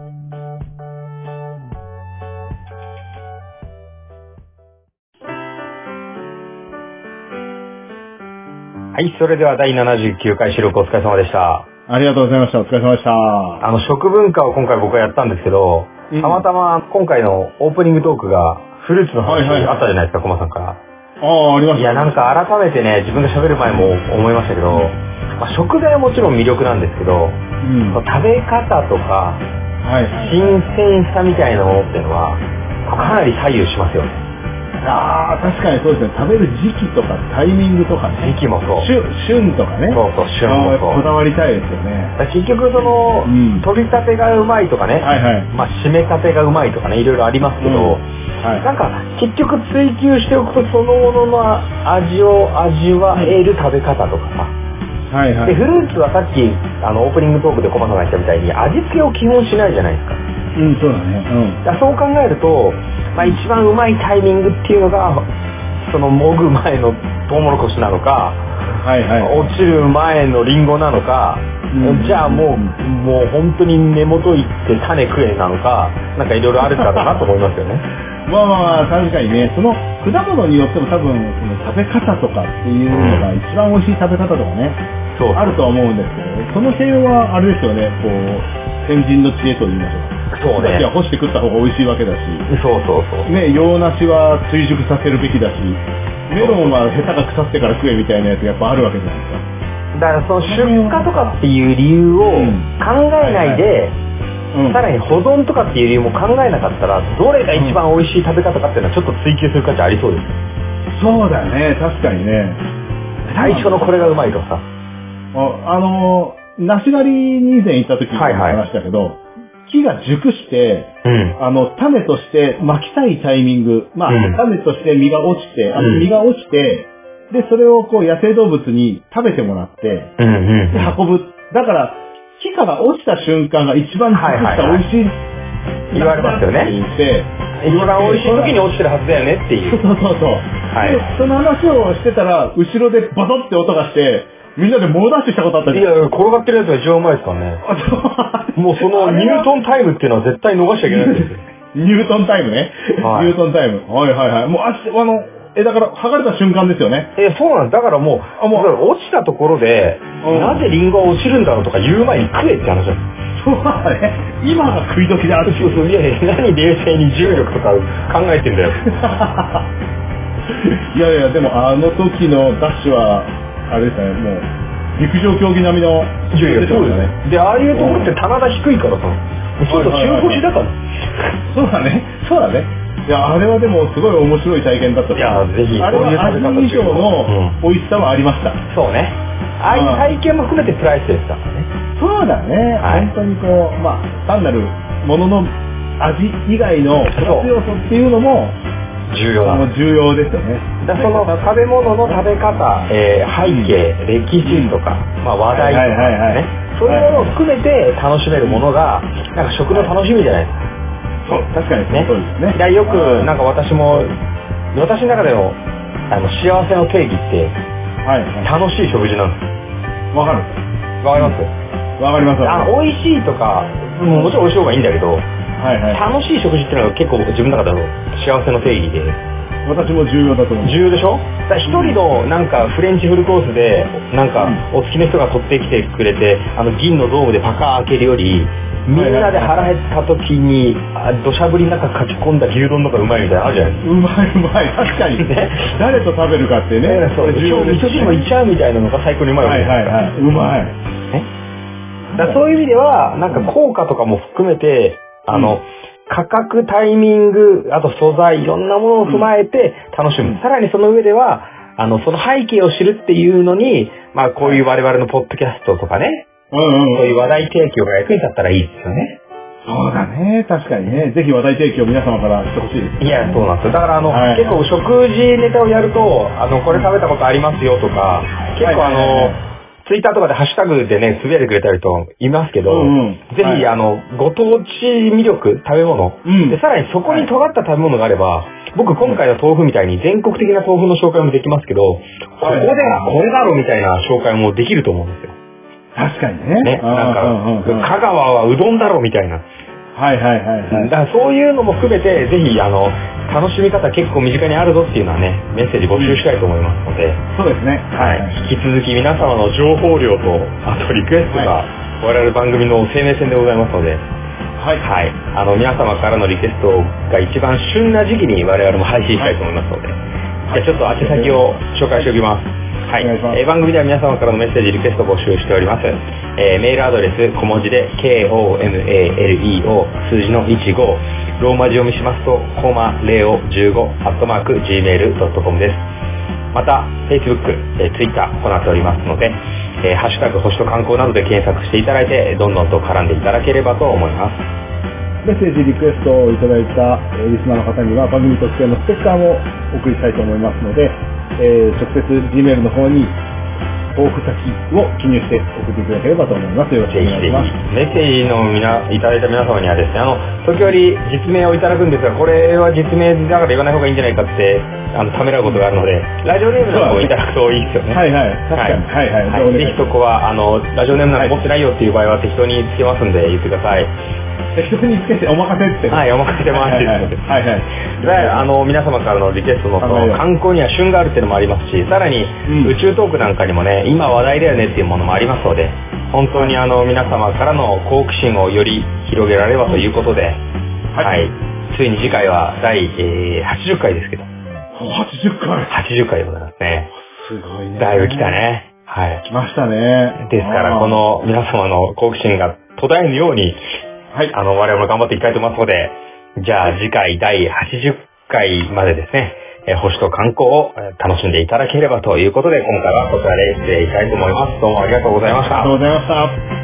B: はい、それでは第79回収録お疲れ様でした。
A: ありがとうございました。お疲れ様でした。
B: あの、食文化を今回僕はやったんですけど、
A: うん
B: たまたま今回のオープニングトークがフルーツの話
A: はいはい
B: あったじゃないですか、コマさんから。
A: ああ、ありまし
B: い
A: た。
B: や、なんか改めてね、自分で喋る前も思いましたけど、まあ、食材はもちろん魅力なんですけど、
A: うん。
B: 食
A: はい。
B: べ方とか、新鮮さみたいなものっていうのは、かなり左右しますよね。
A: ああ、確かにそうですね。食べる時期とかタイミングとかね。
B: 時期もそう。
A: 旬、旬とかね。
B: そうそう、旬
A: ああ
B: も
A: やっぱ
B: そ
A: こ
B: う。だ
A: だわりたいですよね。
B: から結局その、
A: うん
B: 取り立てがうまいとかね、
A: はいはい。
B: まあ締め立てがうまいとかね、いろいろありますけ
A: うん
B: ど、
A: は
B: なんか結局追求しておくとそのものの味を味わえる食べ方とかさ。
A: い。はいは
B: で、
A: い。
B: フルーツはさっき、あの、オープニングトークでコマさんが言ったみたいに、味付けを基本しないじゃないですか。
A: うん、そうだね。うん。
B: だからそう考えると、まあ、一番うまいタイミングっていうのがそのもぐ前のトウモロコシなのか、
A: はいはい。
B: 落ちる前のリンゴなのか、
A: うん
B: じゃあもう、もう本当に根元いって種食えなのかなんかいろいろあるかなと思いますよね
A: まあまあまあ、確かにね、その果物によっても多分、その食べ方とかっていうのが一番美味しい食べ方とかね、
B: そう
A: あるとは思うんですけど、その辺はあれですよね、こう、先人の知恵と言いましょうか。
B: そうね
A: は干して食った方が美味しいわけだし、
B: そうそうそう
A: ね、洋梨は追熟させるべきだし、メロンは下手が腐ってから食えみたいなやつがやっぱあるわけじゃないですか。
B: だからその出荷とかっていう理由を
A: うん
B: 考えないで、
A: うん。
B: さらに保存とかっていう理由も考えなかったらどれが一番美味しい食べ方かっていうのはちょっと追求する価値ありそうです
A: そうだね、確かにね。
B: 最初のこれがうまいとかさ
A: ああのー、梨狩りに以前行った時に
B: はいはい
A: 話したけど、木が熟して、
B: うん
A: あの、種として巻きたいタイミング、まあ、
B: うん
A: 種として実が落ちて、あ
B: うん
A: の実が落ちて、で、それをこう野生動物に食べてもらって、
B: うんうん
A: で、運ぶ。だから、木から落ちた瞬間が一番熟
B: はい
A: し
B: はい
A: た
B: はい
A: 美味しい、
B: 言われますよね
A: って言って、
B: 一番美味しい時に落ちてるはずだよねってい
A: そう
B: う。
A: そうそうそう。
B: はい
A: でその話をしてたら、後ろでバトって音がして、みんなで猛ダッシュしたことあった じゃん。
B: や、転がってるやつが一番うまいですからね。
A: あそう
B: もうそのニュートンタイムっていうのは絶対逃しちゃいけないんですよ。
A: ニュートンタイムね。
B: はい
A: ニュートンタイム。はいはいはい。もう足、あの、え、だから、剥がれた瞬間ですよね。
B: え、そうなんです。だからもう、
A: あもう
B: だから落ちたところで、
A: うん
B: なぜリンゴは落ちるんだろうとか言う前に食えって話なんです。
A: そうだね。今が食い時だっていう。
B: いやいや、何冷静に重力とか考えてんだよ。
A: いやいや、でもあの時のダッシュは、あれですね、もう、陸上競技並みの、
B: いやいや、そうだ。ね。で、ああいうところって棚田低いからさ、そうそう、中腰だから。
A: そうだね、そうだね。いや、あれはでもすごい面白い体験だったと
B: いやぜひ
A: あれ
B: そういう
A: は
B: 食べ方
A: 味以上の
B: うん
A: 美味しさはありました。
B: そうね。ああいう体験も含めてプライスですからね。
A: そうだね、
B: はい
A: 本当にこう、まあ、単なるものの味以外のプラス要素っていうのも、
B: 重要
A: あ
B: だ。
A: の重要ですよね。
B: だからその食べ物の食べ方、えー背景、歴史とか、まあ、話題とか
A: はいはいはいはい
B: ね、そういうものを含めて楽しめるものが、なんか食の楽しみじゃないですか。
A: そう、確かに
B: ね。
A: そうですね。
B: いやよく、なんか私も、私の中でのあの幸せの定義って、
A: はい、は
B: 楽しい食事なんで
A: い。
B: す
A: わかる。
B: わかります
A: わかります。
B: あの、美味しいとか、もうもちろん美味しい方がいいんだけど、
A: はいはい。
B: 楽しい食事っていうのが結構自分の中での幸せの定義で、
A: 私も重要だと思う。
B: 重要でしょだから一人のなんかフレンチフルコースでなんかお好きな人が取ってきてくれてあの銀のドームでパカー開けるよりみんなで腹減った時にあ土砂降りの中かき込んだ牛丼の方がうまいみたいなのあるじゃないですか
A: うまいうま い、確かに。誰と食べるかってね。
B: ねそう
A: 重要
B: 今
A: で
B: 日味
A: す
B: 噌汁もいっちゃうみたいなのが最高にうまいわ
A: は
B: け
A: い
B: じゃな
A: はいい
B: です
A: はい。
B: か
A: うまい。
B: だからそういう意味ではなんか効果とかも含めてあ
A: う
B: の、
A: ん
B: 価格、タイミング、あと素材、いろんなものを踏まえて楽しむ。
A: うん
B: さらにその上では、あの、その背景を知るっていうのに、まあ、こういう我々のポッドキャストとかね、
A: うん
B: そう
A: う
B: い
A: ん。
B: う話題提供が役に立ったらいいですよね。
A: そうだね、確かにね。ぜひ話題提供を皆様からしてほしいです。
B: いや、そうなんですよ。だからあの、
A: はい
B: 結構食事ネタをやると、あの、これ食べたことありますよとか、結構あ
A: はいはいはい
B: の、ツイッターとかでハッシュタグでね、つぶやいてくれたりといますけど、
A: うんうん
B: ぜひ、
A: はい
B: あの、ご当地魅力、食べ物、
A: うん
B: で、さらにそこに尖った食べ物があれば、僕今回の豆腐みたいに全国的な豆腐の紹介もできますけど、ここではこれだろみたいな紹介もできると思うんですよ。
A: 確かにね。
B: ね。なんか、
A: うんうんうんうん
B: 香川はうどんだろみたいな。
A: はいはいはいは
B: だ
A: い。
B: からそういうのも含めて、ぜひ、あの、楽しみ方結構身近にあるぞっていうのはね、メッセージ募集したいと思いますので、
A: そうですね。
B: はい。引き続き皆様の情報量と、あとリクエストが、我々番組の生命線でございますので、
A: はい。はい。
B: はい。あの、皆様からのリクエストが一番旬な時期に我々も配信したいと思いますので、
A: い
B: じゃあちょっと宛先を紹介しておきます。はい。
A: お願いします
B: えー番組では皆様からのメッセージ、リクエストを募集しております。えーメールアドレス、小文字で、k-o-m-a-l-e-o、数字の15、ローマ字読みしますと、コマレオ15、アットマーク、gmail.com です。また、Facebook、えー Twitter 行っておりますので、えーハッシュタグ、星と観光などで検索していただいて、どんどんと絡んでいただければと思います。
A: メッセージ、リクエストをいただいた、えーリスナーの方には番組特製のステッカーをお送りしたいと思いますので、えー直接 Gmail の方に、豆腐先を記入して送っていただければと思います。よろしく
B: ぜ
A: お
B: ひ
A: 願いしま
B: ぜひ
A: す。
B: メッセージのみないただいた皆様にはですね、あの、時折実名をいただくんですが、これは実名だから言わない方がいいんじゃないかって、あの、ためらうことがあるので、ラジオネームなんかをいただくといいですよね。
A: はいはい。確かに。はいはい。じゃあお願い
B: ぜ
A: し
B: ひ
A: ま
B: そこは、あの、ラジオネームなんか持ってないよっていう場合は適当につけますんで言ってください。
A: す適当につけてお任せって。
B: はい、お任せしてます。
A: はいはいはい。はいはい
B: であの皆様からのリクエストのそ
A: 考えよ
B: の
A: う
B: 観光には旬があるっていうのもありますしさらに
A: ん
B: 宇宙トークなんかにもね今話題だよねっていうものもありますので本当にあの皆様からの好奇心をより広げられればということで、はいついに次回は第、えー80回ですけど
A: 80回。
B: 80回でございますね
A: すごいね。
B: だいぶ来た。ねはい
A: 来ましたね。
B: ですからこの皆様の好奇心が途絶えぬように
A: あー。はい。
B: あの、我々も頑張っていきたいと思いますので、じゃあ次回第80回までですね、えー星と観光をえー楽しんでいただければということで、今回はこちらで失礼したいと思います。どうもありがとうございました
A: ありがと。うございました。